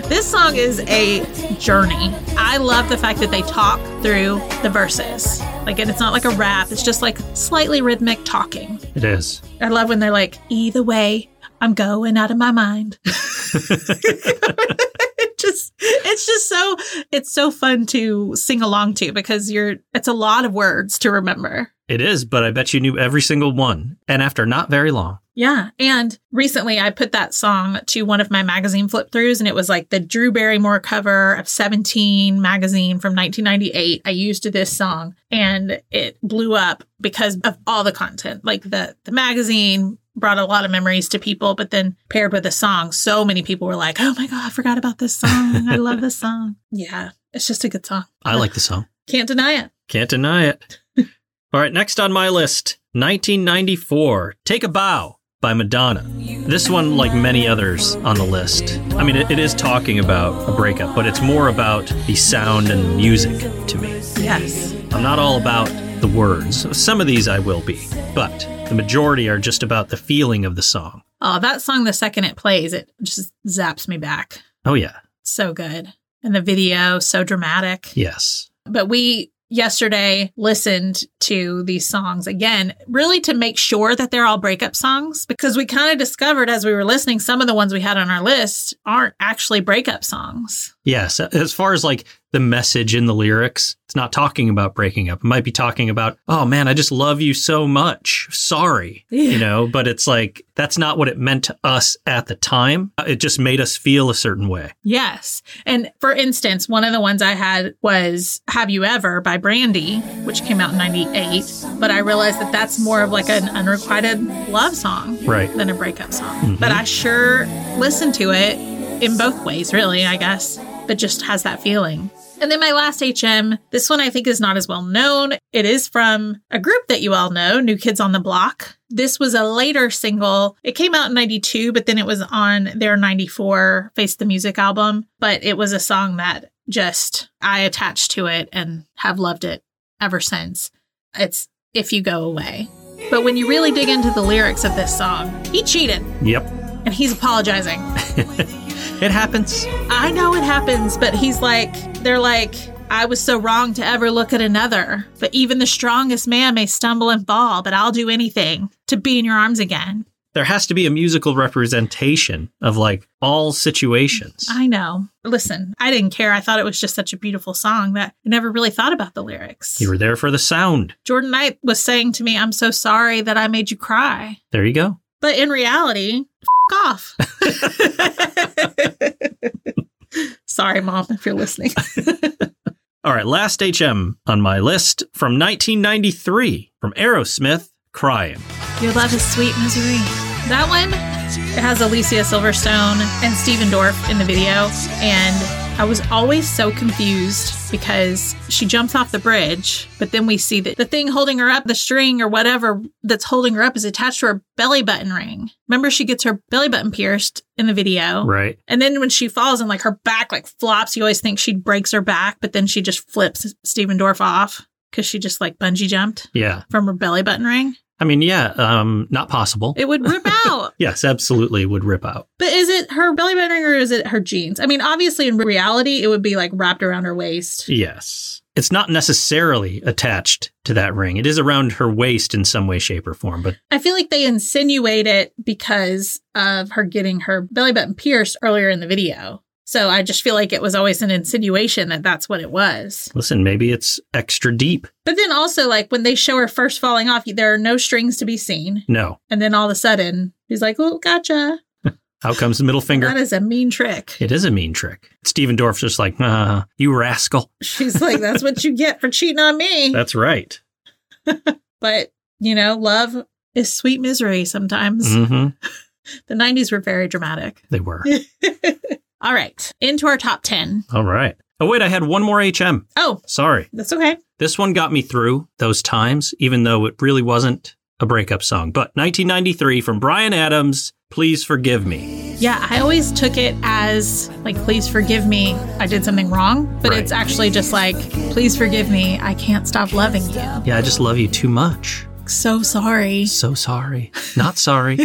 Speaker 1: This song is a journey. I love the fact that they talk through the verses. Like, and it's not like a rap, it's just like slightly rhythmic talking.
Speaker 2: It is.
Speaker 1: I love when they're like, either way, I'm going out of my mind. it just it's just so it's so fun to sing along to because you're it's a lot of words to remember.
Speaker 2: It is, but I bet you knew every single one. And after not very long.
Speaker 1: Yeah. And recently I put that song to one of my magazine flip throughs, and it was like the Drew Barrymore cover of 17 magazine from 1998. I used this song and it blew up because of all the content. Like the, the magazine brought a lot of memories to people, but then paired with a song, so many people were like, oh my God, I forgot about this song. I love this song. Yeah. It's just a good song.
Speaker 2: I like the song.
Speaker 1: Can't deny it.
Speaker 2: Can't deny it. All right, next on my list 1994 Take a Bow by Madonna. This one, like many others on the list, I mean, it, it is talking about a breakup, but it's more about the sound and music to me.
Speaker 1: Yes.
Speaker 2: I'm not all about the words. Some of these I will be, but the majority are just about the feeling of the song.
Speaker 1: Oh, that song, the second it plays, it just zaps me back.
Speaker 2: Oh, yeah.
Speaker 1: So good. And the video, so dramatic.
Speaker 2: Yes.
Speaker 1: But we yesterday listened to these songs again, really to make sure that they're all breakup songs because we kind of discovered as we were listening, some of the ones we had on our list aren't actually breakup songs.
Speaker 2: Yes. As far as like the message in the lyrics, it's not talking about breaking up. It might be talking about, oh man, I just love you so much. Sorry.
Speaker 1: Yeah.
Speaker 2: You know, but it's like, that's not what it meant to us at the time. Uh, It just made us feel a certain way.
Speaker 1: Yes. And for instance, one of the ones I had was Have You Ever by Brandy, which came out in 98. But I realized that that's more of like an unrequited love song
Speaker 2: Right.
Speaker 1: than a breakup song. But I sure listened to it in both ways, really, I guess, but just has that feeling. And then my last HM, this one I think is not as well known. It is from a group that you all know, New Kids on the Block. This was a later single. It came out in 92, but then it was on their 94 Face the Music album. But it was a song that just I attached to it and have loved it ever since. It's If You Go Away. But when you really dig into the lyrics of this song, he cheated
Speaker 2: Yep.
Speaker 1: and he's apologizing.
Speaker 2: It happens.
Speaker 1: I know it happens, but he's like, they're like, I was so wrong to ever look at another. But even the strongest man may stumble and fall, but I'll do anything to be in your arms again.
Speaker 2: There has to be a musical representation of like all situations.
Speaker 1: I know. Listen, I didn't care. I thought it was just such a beautiful song that I never really thought about the lyrics.
Speaker 2: You were there for the sound.
Speaker 1: Jordan Knight was saying to me, I'm so sorry that I made you cry.
Speaker 2: There you go.
Speaker 1: But in reality, f- off. sorry, mom, if you're listening.
Speaker 2: All right, last HM on my list from 1993 from Aerosmith, Crying.
Speaker 1: Your love is sweet misery. That one it has Alicia Silverstone and Steven Dorff in the video, and I was always so confused because she jumps off the bridge, but then we see that the thing holding her up, the string or whatever that's holding her up, is attached to her belly button ring. Remember, she gets her belly button pierced in the video.
Speaker 2: Right.
Speaker 1: And then when she falls and like her back like flops, you always think she breaks her back, but then she just flips Steven Dorff off because she just like bungee jumped
Speaker 2: Yeah.
Speaker 1: from her belly button ring.
Speaker 2: I mean, yeah, um, not possible.
Speaker 1: It would rip out.
Speaker 2: yes, absolutely would rip out.
Speaker 1: But is it her belly button ring or is it her jeans? I mean, obviously in reality, it would be like wrapped around her waist.
Speaker 2: Yes. It's not necessarily attached to that ring. It is around her waist in some way, shape, or form, but
Speaker 1: I feel like they insinuate it because of her getting her belly button pierced earlier in the video. So I just feel like it was always an insinuation that that's what it was.
Speaker 2: listen, maybe it's extra deep.
Speaker 1: But then also, like when they show her first falling off, there are no strings to be seen.
Speaker 2: No.
Speaker 1: And then all of a sudden, he's like, oh, gotcha.
Speaker 2: Out comes the middle finger.
Speaker 1: That is a mean trick.
Speaker 2: It is a mean trick. Steven Dorff's just like, uh, you rascal.
Speaker 1: She's like, that's what you get for cheating on me.
Speaker 2: That's right.
Speaker 1: But, you know, love is sweet misery sometimes.
Speaker 2: hmm
Speaker 1: The 90s were very dramatic.
Speaker 2: They were.
Speaker 1: All right, into our top 10.
Speaker 2: All right. Oh, wait, I had one more HM.
Speaker 1: Oh,
Speaker 2: Sorry.
Speaker 1: that's okay.
Speaker 2: This one got me through those times, even though it really wasn't a breakup song. But 1993 from Brian Adams, Please Forgive Me.
Speaker 1: Yeah, I always took it as like, please forgive me. I did something wrong, but
Speaker 2: Right.
Speaker 1: it's actually just like, please forgive me. I can't stop loving you.
Speaker 2: Yeah, I just love you too much.
Speaker 1: So sorry.
Speaker 2: So sorry. Not sorry.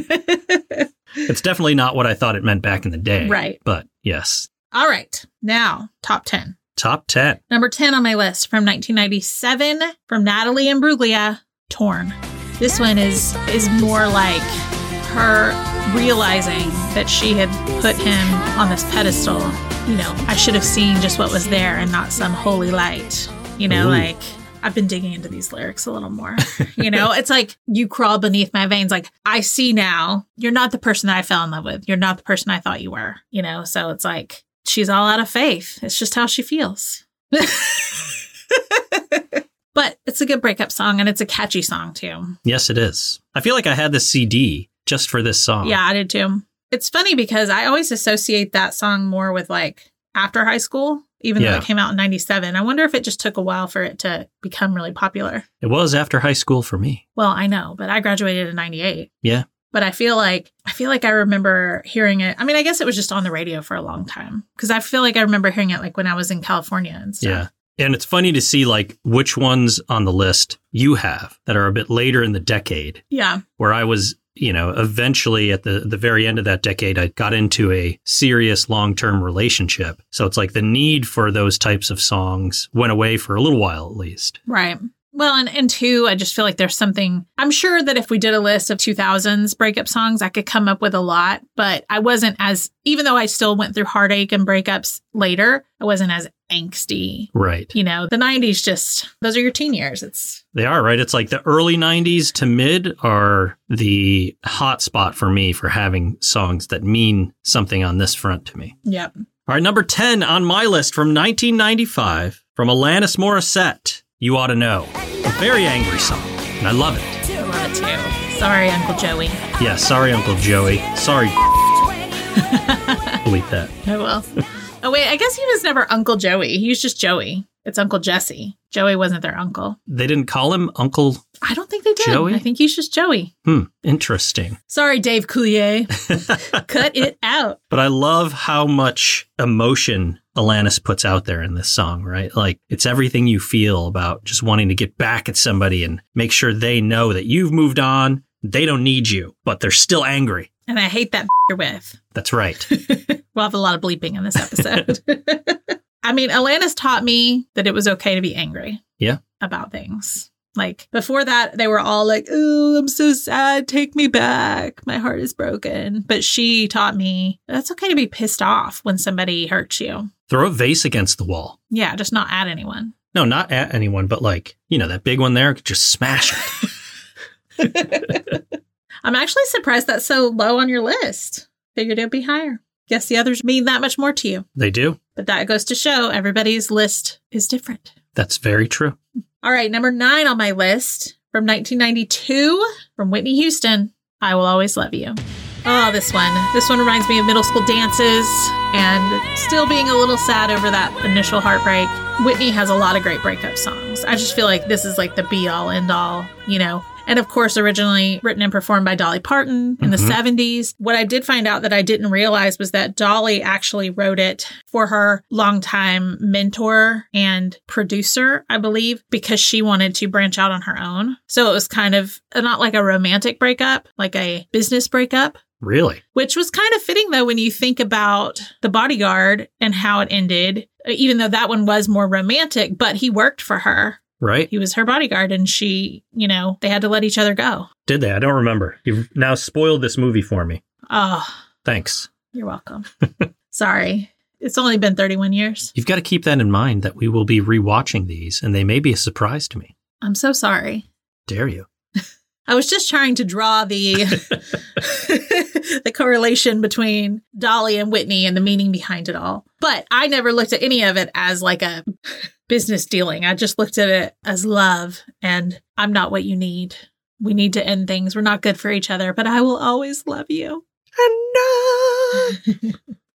Speaker 2: it's definitely not what I thought it meant back in the day.
Speaker 1: Right.
Speaker 2: But yes,
Speaker 1: All right, now top 10.
Speaker 2: top 10.
Speaker 1: Number 10 on my list from 1997 from Natalie and Bruglia, Torn. This one is is more like her realizing that she had put him on this pedestal. You know, I should have seen just what was there and not some holy light. You know,
Speaker 2: Ooh.
Speaker 1: like I've been digging into these lyrics a little more. You know, it's like you crawl beneath my veins. Like I see now, you're not the person that I fell in love with. You're not the person I thought you were. You know, so it's like she's all out of faith. It's just how she feels. but it's a good breakup song and it's a catchy song too.
Speaker 2: Yes, it is. I feel like I had the CD just for this song.
Speaker 1: Yeah, I did too. It's funny because I always associate that song more with like after high school. even though
Speaker 2: Yeah.
Speaker 1: it came out in 97. I wonder if it just took a while for it to become really popular.
Speaker 2: It was after high school for me.
Speaker 1: Well, I know, but I graduated in 98.
Speaker 2: Yeah.
Speaker 1: But I feel like I feel like I remember hearing it. I mean, I guess it was just on the radio for a long time because I feel like I remember hearing it like when I was in California and stuff.
Speaker 2: Yeah. And it's funny to see like which ones on the list you have that are a bit later in the decade
Speaker 1: Yeah.
Speaker 2: where I was, you know, eventually at the the very end of that decade I got into a serious long-term relationship. So it's like the need for those types of songs went away for a little while at least.
Speaker 1: Right. Well, and, and two, I just feel like there's something. I'm sure that if we did a list of 2000s breakup songs, I could come up with a lot, but I wasn't as, even though I still went through heartache and breakups later, I wasn't as angsty.
Speaker 2: Right.
Speaker 1: You know, the 90s just, those are your teen years. It's,
Speaker 2: They are, right? It's like the early 90s to mid are the hot spot for me for having songs that mean something on this front to me.
Speaker 1: yep.
Speaker 2: All right, number 10 on my list from 1995 from Alanis Morissette, You Ought to Know. A very angry song, and I love it.
Speaker 1: I love it too. Sorry, Uncle Joey.
Speaker 2: Yeah, sorry, Uncle Joey. Sorry, bleep that.
Speaker 1: I will. oh, wait. I guess he was never Uncle Joey. He was just Joey. It's Uncle Jesse. Joey wasn't their uncle.
Speaker 2: They didn't call him Uncle.
Speaker 1: I don't think they did.
Speaker 2: Joey?
Speaker 1: I think he's just Joey.
Speaker 2: Hmm, interesting.
Speaker 1: Sorry, Dave Coulier. Cut it out.
Speaker 2: But I love how much emotion Alanis puts out there in this song, right? Like it's everything you feel about just wanting to get back at somebody and make sure they know that you've moved on. They don't need you, but they're still angry.
Speaker 1: And I hate that you're with.
Speaker 2: That's right.
Speaker 1: We'll have a lot of bleeping in this episode. I mean, Alanis taught me that it was okay to be angry.
Speaker 2: Yeah.
Speaker 1: About things. Like before that, they were all like, oh, I'm so sad. Take me back. My heart is broken. But she taught me that's okay to be pissed off when somebody hurts you.
Speaker 2: Throw a vase against the wall.
Speaker 1: Yeah, just not at anyone.
Speaker 2: No, not at anyone, but like, you know, that big one there, just smash it.
Speaker 1: I'm actually surprised that's so low on your list. Figured it'd be higher. Guess the others mean that much more to you.
Speaker 2: They do.
Speaker 1: But that goes to show everybody's list is different.
Speaker 2: That's very true.
Speaker 1: All right, number nine on my list from 1992 from Whitney Houston. I will always love you. Oh, this one. This one reminds me of middle school dances and still being a little sad over that initial heartbreak. Whitney has a lot of great breakup songs. I just feel like this is like the be all end all, you know. And of course, originally written and performed by Dolly Parton in
Speaker 2: Mhm.
Speaker 1: the 70s. What I did find out that I didn't realize was that Dolly actually wrote it for her longtime mentor and producer, I believe, because she wanted to branch out on her own. So it was kind of not like a romantic breakup, like a business breakup.
Speaker 2: Really?
Speaker 1: Which was kind of fitting though when you think about The Bodyguard and how it ended, even though that one was more romantic, but he worked for her.
Speaker 2: Right?
Speaker 1: He was her bodyguard and she, you know, they had to let each other go.
Speaker 2: Did they? I don't remember. You've now spoiled this movie for me.
Speaker 1: Oh,
Speaker 2: Thanks.
Speaker 1: you're welcome. Sorry. It's only been 31 years.
Speaker 2: You've got to keep that in mind that we will be rewatching these and they may be a surprise to me.
Speaker 1: I'm so sorry.
Speaker 2: Dare you?
Speaker 1: I was just trying to draw the the correlation between Dolly and Whitney and the meaning behind it all. But I never looked at any of it as like a business dealing. I just looked at it as love and I'm not what you need. We need to end things. We're not good for each other, but I will always love you.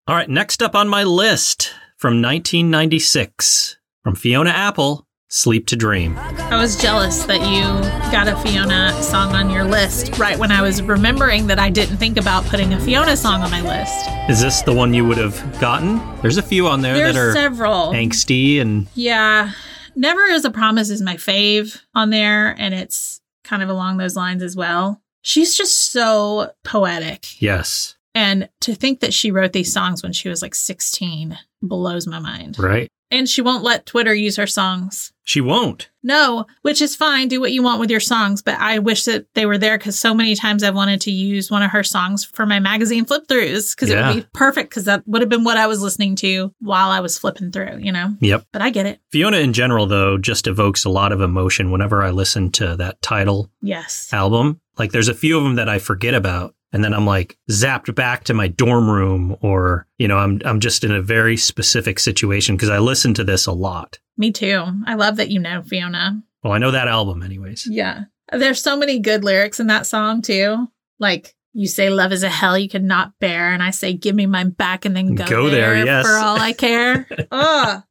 Speaker 2: All right, next up on my list from 1996 from Fiona Apple, Sleep to Dream.
Speaker 1: I was jealous that you got a Fiona song on your list right when I was remembering that I didn't think about putting a Fiona song on my list.
Speaker 2: Is this the one you would have gotten? There's a few on there
Speaker 1: There's
Speaker 2: that are
Speaker 1: several.
Speaker 2: angsty and
Speaker 1: Yeah. Never is a Promise is my fave on there, and it's kind of along those lines as well. She's just so poetic.
Speaker 2: yes,
Speaker 1: And to think that she wrote these songs when she was like 16 blows my mind.
Speaker 2: right?
Speaker 1: And she won't let Twitter use her songs.
Speaker 2: She won't.
Speaker 1: No, which is fine. Do what you want with your songs. But I wish that they were there because so many times I've wanted to use one of her songs for my magazine flip throughs because it
Speaker 2: Yeah.
Speaker 1: would be perfect because that would have been what I was listening to while I was flipping through, you know?
Speaker 2: Yep.
Speaker 1: But I get it.
Speaker 2: Fiona in general, though, just evokes a lot of emotion whenever I listen to that title
Speaker 1: Yes.
Speaker 2: album. Like, there's a few of them that I forget about, and then I'm like zapped back to my dorm room, or you know, I'm I'm just in a very specific situation because I listen to this a lot.
Speaker 1: Me too. I love that you know Fiona. Mm.
Speaker 2: Well, I know that album, anyways.
Speaker 1: Yeah. There's so many good lyrics in that song too. Like You say love is a hell you cannot bear, and I say give me mine back and then go,
Speaker 2: Go there,
Speaker 1: there,
Speaker 2: yes.
Speaker 1: for all I care. Ugh.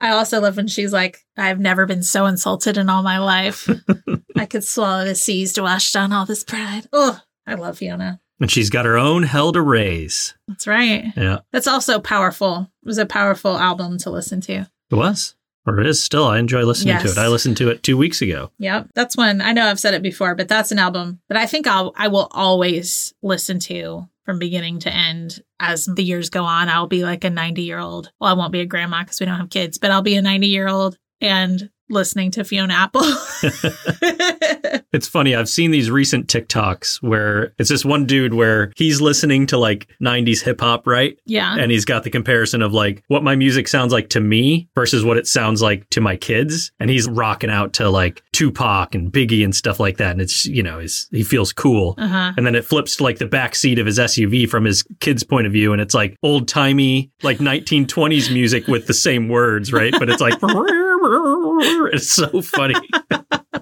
Speaker 1: I also love when she's like, I've never been so insulted in all my life. I could swallow the seas to wash down all this pride. Ugh. I love Fiona.
Speaker 2: And she's got her own hell to raise.
Speaker 1: That's right.
Speaker 2: Yeah.
Speaker 1: That's also powerful. It was a powerful album to listen to.
Speaker 2: It was. Or it is still. I enjoy listening to
Speaker 1: Yes.
Speaker 2: it. I listened to it two weeks ago.
Speaker 1: Yep. That's one. I know I've said it before, but that's an album that I think I'll I will always listen to from beginning to end as the years go on. I'll be like a 90-year-old. Well, I won't be a grandma cuz we don't have kids, but I'll be a 90-year-old and listening to Fiona Apple.
Speaker 2: It's funny. I've seen these recent TikToks where it's this one dude where he's listening to like 90s hip hop, right?
Speaker 1: yeah.
Speaker 2: And he's got the comparison of like what my music sounds like to me versus what it sounds like to my kids. And he's rocking out to like Tupac and Biggie and stuff like that. And it's, you know, he's, he feels cool.
Speaker 1: Uh-huh.
Speaker 2: And then it flips to like the back seat of his SUV from his kid's point of view. And it's like old timey, like 1920s music with the same words, right? But it's like, it's so funny.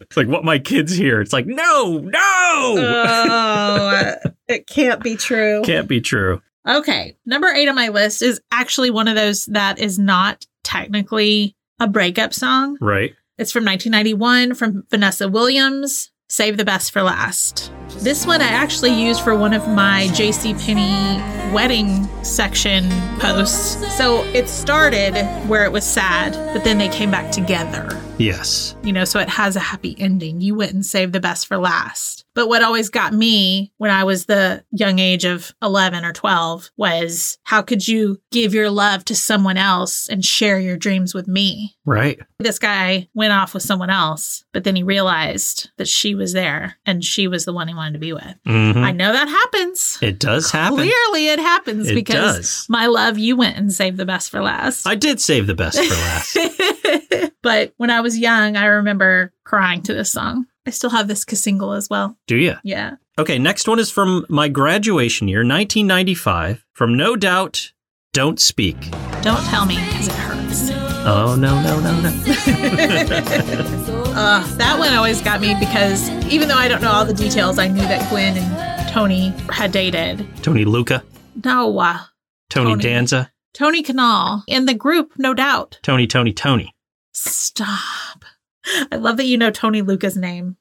Speaker 2: it's like what my kids hear. It's like, no, no,
Speaker 1: Oh, it can't be true.
Speaker 2: can't be true.
Speaker 1: Okay. Number eight on my list is actually one of those that is not technically a breakup song.
Speaker 2: Right.
Speaker 1: It's from 1991 from Vanessa Williams, Save the Best for Last. This one I actually used for one of my JCPenney wedding section posts. So it started where it was sad, but then they came back together
Speaker 2: Yes.
Speaker 1: you know, so it has a happy ending. You wouldn't save the best for last. But what always got me when I was the young age of 11 or 12 was how could you give your love to someone else and share your dreams with me?
Speaker 2: Right.
Speaker 1: This guy went off with someone else, but then he realized that she was there and she was the one he wanted to be with.
Speaker 2: Mhm.
Speaker 1: I know that happens.
Speaker 2: It does happen.
Speaker 1: Clearly, it happens
Speaker 2: It
Speaker 1: because
Speaker 2: does.
Speaker 1: my love, you went and saved the best for last.
Speaker 2: I did save the best for last.
Speaker 1: but when I was young, I remember crying to this song. I still have this single as well.
Speaker 2: Do you?
Speaker 1: Yeah.
Speaker 2: Okay, next one is from my graduation year, 1995, from No Doubt, Don't Speak.
Speaker 1: Don't tell me because it hurts.
Speaker 2: Oh, no, no, no, no.
Speaker 1: Uh, that one always got me because even though I don't know all the details, I knew that Gwen and Tony had dated.
Speaker 2: Tony Luca,
Speaker 1: No, uh,
Speaker 2: Tony,
Speaker 1: Tony.
Speaker 2: Danza,
Speaker 1: Tony Canal in the group, no doubt.
Speaker 2: Tony, Tony, Tony.
Speaker 1: Stop. I love that you know Tony Luca's name.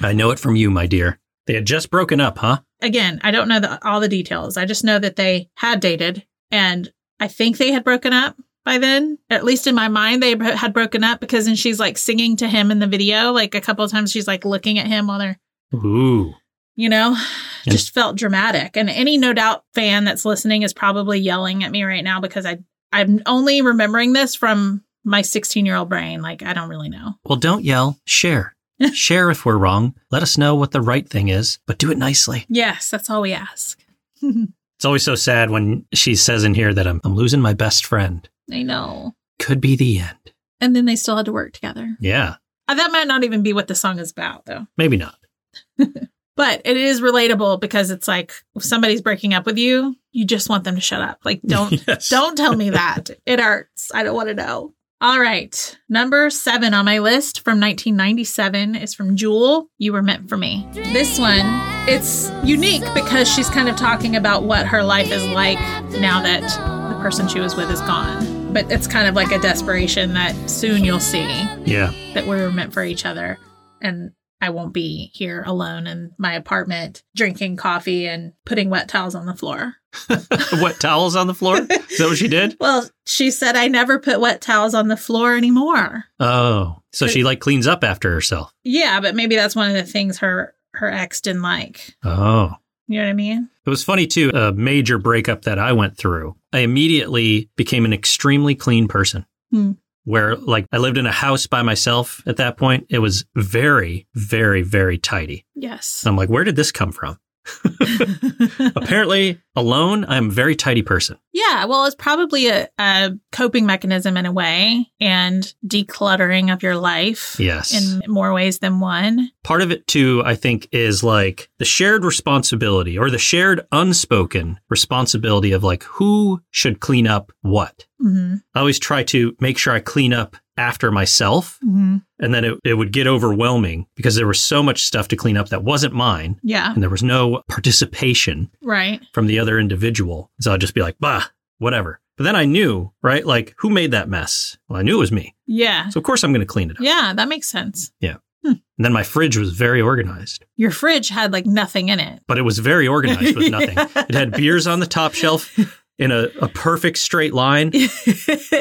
Speaker 2: I know it from you, my dear. They had just broken up, huh?
Speaker 1: Again, I don't know the, all the details. I just know that they had dated and I think they had broken up by then. At least in my mind, they bro- had broken up because then she's like singing to him in the video. Like a couple of times, she's like looking at him while they're,
Speaker 2: Ooh.
Speaker 1: you know,
Speaker 2: Yeah.
Speaker 1: just felt dramatic. And any No Doubt fan that's listening is probably yelling at me right now because I, I'm only remembering this from my 16 year old brain. Like, I don't really know.
Speaker 2: Well, don't yell, share. share if we're wrong. Let us know what the right thing is, but do it nicely.
Speaker 1: Yes, that's all we ask.
Speaker 2: It's always so sad when she says in here that I'm, I'm losing my best friend.
Speaker 1: I know.
Speaker 2: Could be the end.
Speaker 1: And then they still had to work together.
Speaker 2: Yeah,
Speaker 1: Uh, That might not even be what the song is about, though.
Speaker 2: maybe not.
Speaker 1: But it is relatable because it's like if somebody's breaking up with you, you just want them to shut up. Like don't
Speaker 2: Yes.
Speaker 1: don't tell me that. It hurts. I don't want to know. All right. Number 7 on my list from 1997 is from Jewel, You Were Meant for Me. This one, it's unique because she's kind of talking about what her life is like now that the person she was with is gone. But it's kind of like a desperation that soon you'll see
Speaker 2: Yeah.
Speaker 1: that we're meant for each other and I won't be here alone in my apartment drinking coffee and putting wet towels on the floor.
Speaker 2: Wet towels on the floor? Is that what she did?
Speaker 1: Well, she said I never put wet towels on the floor anymore.
Speaker 2: Oh, so
Speaker 1: But-
Speaker 2: she like cleans up after herself.
Speaker 1: Yeah, but maybe that's one of the things her her ex didn't like.
Speaker 2: Oh.
Speaker 1: You know what I mean?
Speaker 2: It was funny too, a major breakup that I went through. I immediately became an extremely clean person.
Speaker 1: Hmm.
Speaker 2: Where like I lived in a house by myself at that point. It was very, very, very tidy.
Speaker 1: Yes.
Speaker 2: And I'm like, where did this come from? Apparently, alone, I'm a very tidy person.
Speaker 1: yeah, well, it's probably a, a coping mechanism in a way and decluttering of your life
Speaker 2: Yes.
Speaker 1: in more ways than one.
Speaker 2: part of it too, I think, is like the shared responsibility or the shared unspoken responsibility of like who should clean up what.
Speaker 1: hmm
Speaker 2: I always try to make sure I clean up after myself.
Speaker 1: hmm
Speaker 2: And then it, it would get overwhelming because there was so much stuff to clean up that wasn't mine.
Speaker 1: Yeah.
Speaker 2: And there was no participation
Speaker 1: Right.
Speaker 2: from the other individual. So I'd just be like, bah, whatever. But then I knew, right? Like, who made that mess? Well, I knew it was me.
Speaker 1: Yeah.
Speaker 2: So of course I'm going to clean it up.
Speaker 1: Yeah. That makes sense.
Speaker 2: And then my fridge was very organized,
Speaker 1: Your fridge had like nothing in it.
Speaker 2: but it was very organized with nothing. It had beers on the top shelf in a, a perfect straight line.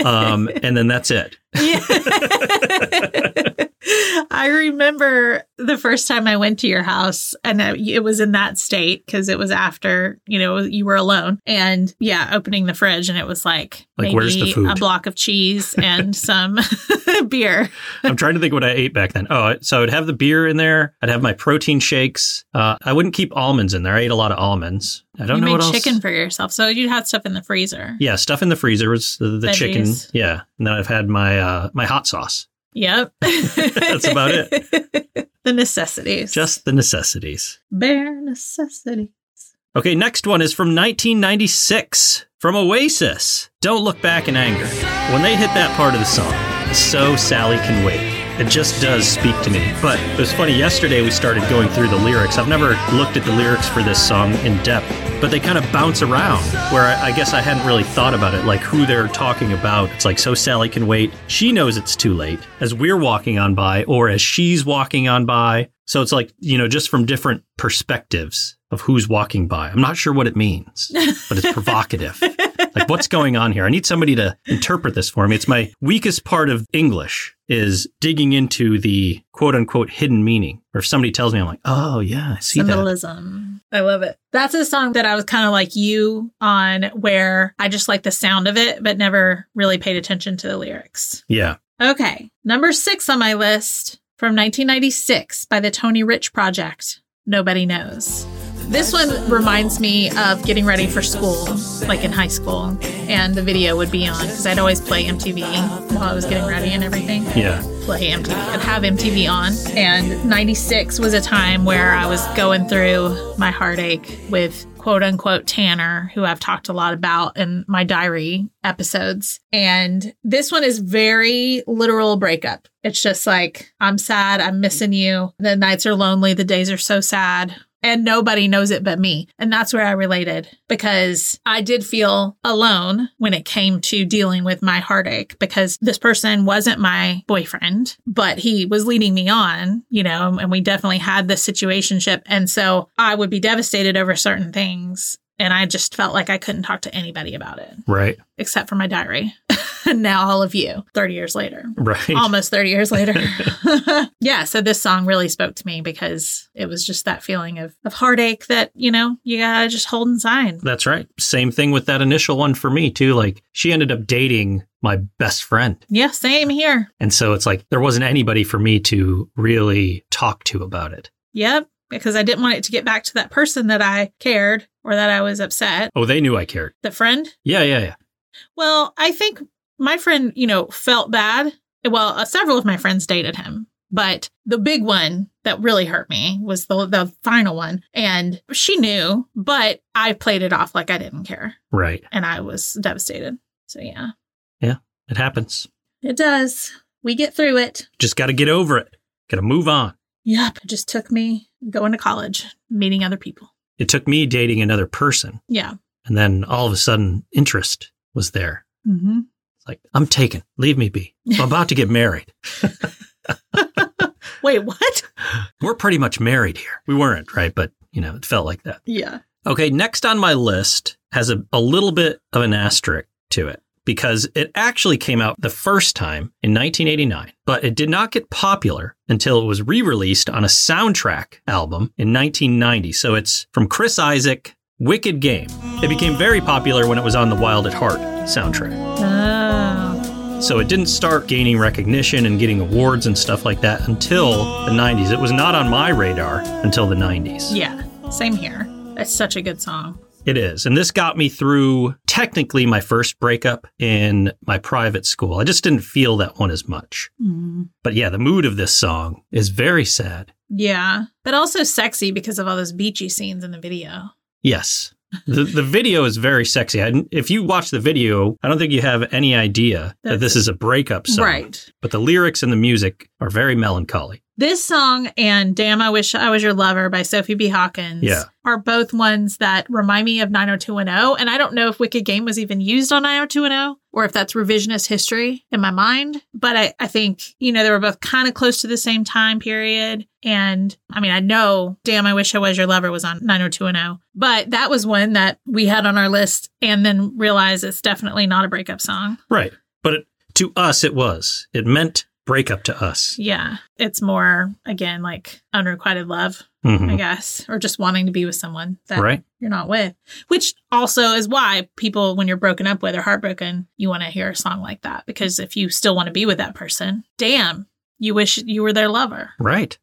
Speaker 2: Um, and then that's it.
Speaker 1: Yeah. I remember the first time I went to your house, and I- it was in that state because it was after you know you were alone, and yeah, opening the fridge, and it was like,
Speaker 2: Like, where's the
Speaker 1: maybe
Speaker 2: food?
Speaker 1: a block of cheese and some beer.
Speaker 2: I'm trying to think what I ate back then. Oh, so I'd have the beer in there. I'd have my protein shakes. Uh, I wouldn't keep almonds in there. I ate a lot of almonds. I don't
Speaker 1: you
Speaker 2: know
Speaker 1: made
Speaker 2: what else.
Speaker 1: chicken for yourself, so you'd have stuff in the freezer.
Speaker 2: Yeah, stuff in the freezer was the, the chicken.
Speaker 1: Veggies.
Speaker 2: Yeah, and then I've had my uh, my hot sauce.
Speaker 1: Yep,
Speaker 2: That's about
Speaker 1: it. the necessities,
Speaker 2: Just the necessities.
Speaker 1: bare necessity.
Speaker 2: Okay, next one is from 1996 from Oasis. Don't look back in anger. When they hit that part of the song, so Sally can wait. It just does speak to me. But it was funny, yesterday we started going through the lyrics. I've never looked at the lyrics for this song in depth, but they kind of bounce around where I, I guess I hadn't really thought about it, like who they're talking about. It's like, so Sally can wait. She knows it's too late as we're walking on by or as she's walking on by. So it's like, you know, just from different perspectives of who's walking by. I'm not sure what it means, but it's provocative. like, what's going on here? I need somebody to interpret this for me. It's my weakest part of English is digging into the quote unquote hidden meaning. Or if somebody tells me, I'm like, oh, yeah, I see that.
Speaker 1: symbolism. I love it. That's a song that I was kind of like you on, where I just like the sound of it, but never really paid attention to the lyrics.
Speaker 2: Yeah.
Speaker 1: Okay, number six on my list from 1996 by the Tony Rich Project. Nobody knows. This one reminds me of getting ready for school, like in high school, and the video would be on because I'd always play MTV while I was getting ready and everything
Speaker 2: Yeah. Right.
Speaker 1: except for my diary. And now all of you 30 years later
Speaker 2: Right.
Speaker 1: almost 30 years later. yeah, so this song really spoke to me because it was just that feeling of, of heartache that, you know, you gotta just hold inside.
Speaker 2: That's right. Same thing with that initial one for me, too. Like, she ended up dating my best friend.
Speaker 1: Yeah, same here.
Speaker 2: And so it's like there wasn't anybody for me to really talk to about it.
Speaker 1: Yep, because I didn't want it to get back to that person that I cared or that I was upset.
Speaker 2: Oh, they knew I cared.
Speaker 1: The friend?
Speaker 2: Yeah, yeah, yeah.
Speaker 1: Well, I think my friend, you know, felt bad. Well, uh, several of my friends dated him, but the big one that really hurt me was the the final one, and she knew, but I played it off like I didn't care.
Speaker 2: Right.
Speaker 1: and I was devastated. So yeah,
Speaker 2: It happens.
Speaker 1: it does. We get through it.
Speaker 2: Just got to get over it. Got to move on.
Speaker 1: Yep. It just took me going to college, meeting other people.
Speaker 2: It took me dating another person.
Speaker 1: Yeah.
Speaker 2: And then all of a sudden, interest was there.
Speaker 1: Mm-hmm.
Speaker 2: It's like, I'm taken. Leave me be. I'm about to get married.
Speaker 1: Wait, what?
Speaker 2: We're pretty much married here. We weren't, right? But, you know, it felt like that.
Speaker 1: Yeah.
Speaker 2: Okay, next on my list has a, a little bit of an asterisk to it because it actually came out the first time in 1989, but it did not get popular until it was re released on a soundtrack album in 1990. So it's from Chris Isaac, Wicked Game. It became very popular when it was on the Wild at Heart soundtrack.
Speaker 1: Oh.
Speaker 2: So it didn't start gaining recognition and getting awards and stuff like that until the 90s. It was not on my radar until the 90s.
Speaker 1: Yeah. Same here. It's such a good song.
Speaker 2: It is. And this got me through technically my first breakup in my private school. I just didn't feel that one as much.
Speaker 1: Mm-hmm.
Speaker 2: But yeah, the mood of this song is very sad.
Speaker 1: Yeah, but also sexy because of all those beachy scenes in the video.
Speaker 2: Yes. The, the video is very sexy. I, if you watch the video, I don't think you have any idea that
Speaker 1: That's
Speaker 2: this is a breakup song.
Speaker 1: Right.
Speaker 2: But the lyrics and the music are very melancholy.
Speaker 1: This song and Damn, I Wish I Was Your Lover by Sophie B. Hawkins
Speaker 2: Yeah.
Speaker 1: are both ones that remind me of 90210. And I don't know if Wicked Game was even used on 90210 or if that's revisionist history in my mind. But I, I think, you know, they were both kind of close to the same time period. And I mean, I know Damn, I Wish I Was Your Lover was on 90210, but that was one that we had on our list and then realized it's definitely not a breakup song.
Speaker 2: Right. But it, to us, it was. It meant breakup to us.
Speaker 1: Yeah. It's more, again, like unrequited love.
Speaker 2: Mhm.
Speaker 1: I guess, or just wanting to be with someone that
Speaker 2: Right.
Speaker 1: you're not with, which also is why people, when you're broken up with or heartbroken, you want to hear a song like that because if you still want to be with that person, damn, you wish you were their lover.
Speaker 2: Right.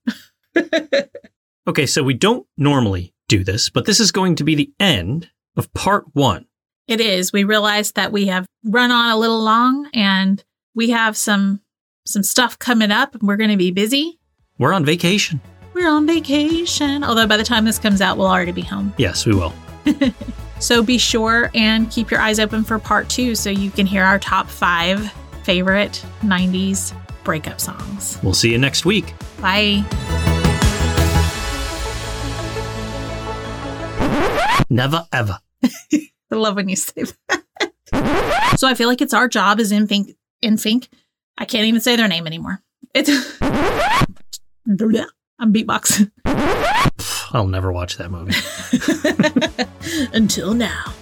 Speaker 2: okay, so we don't normally do this, but this is going to be the end of part one.
Speaker 1: It is. We realize that we have run on a little long and we have some some stuff coming up and we're going to be busy.
Speaker 2: We're on vacation.
Speaker 1: We're on vacation. Although by the time this comes out, we'll already be home.
Speaker 2: Yes, we will.
Speaker 1: So be sure and keep your eyes open for part two so you can hear our top five favorite 90s breakup songs.
Speaker 2: We'll see you next week.
Speaker 1: Bye.
Speaker 2: Never ever.
Speaker 1: I love when you say that. so I feel like it's our job as Infink. Infink. I can't even say their name anymore. It's. I'm beatboxing.
Speaker 2: I'll never watch that movie.
Speaker 1: Until now.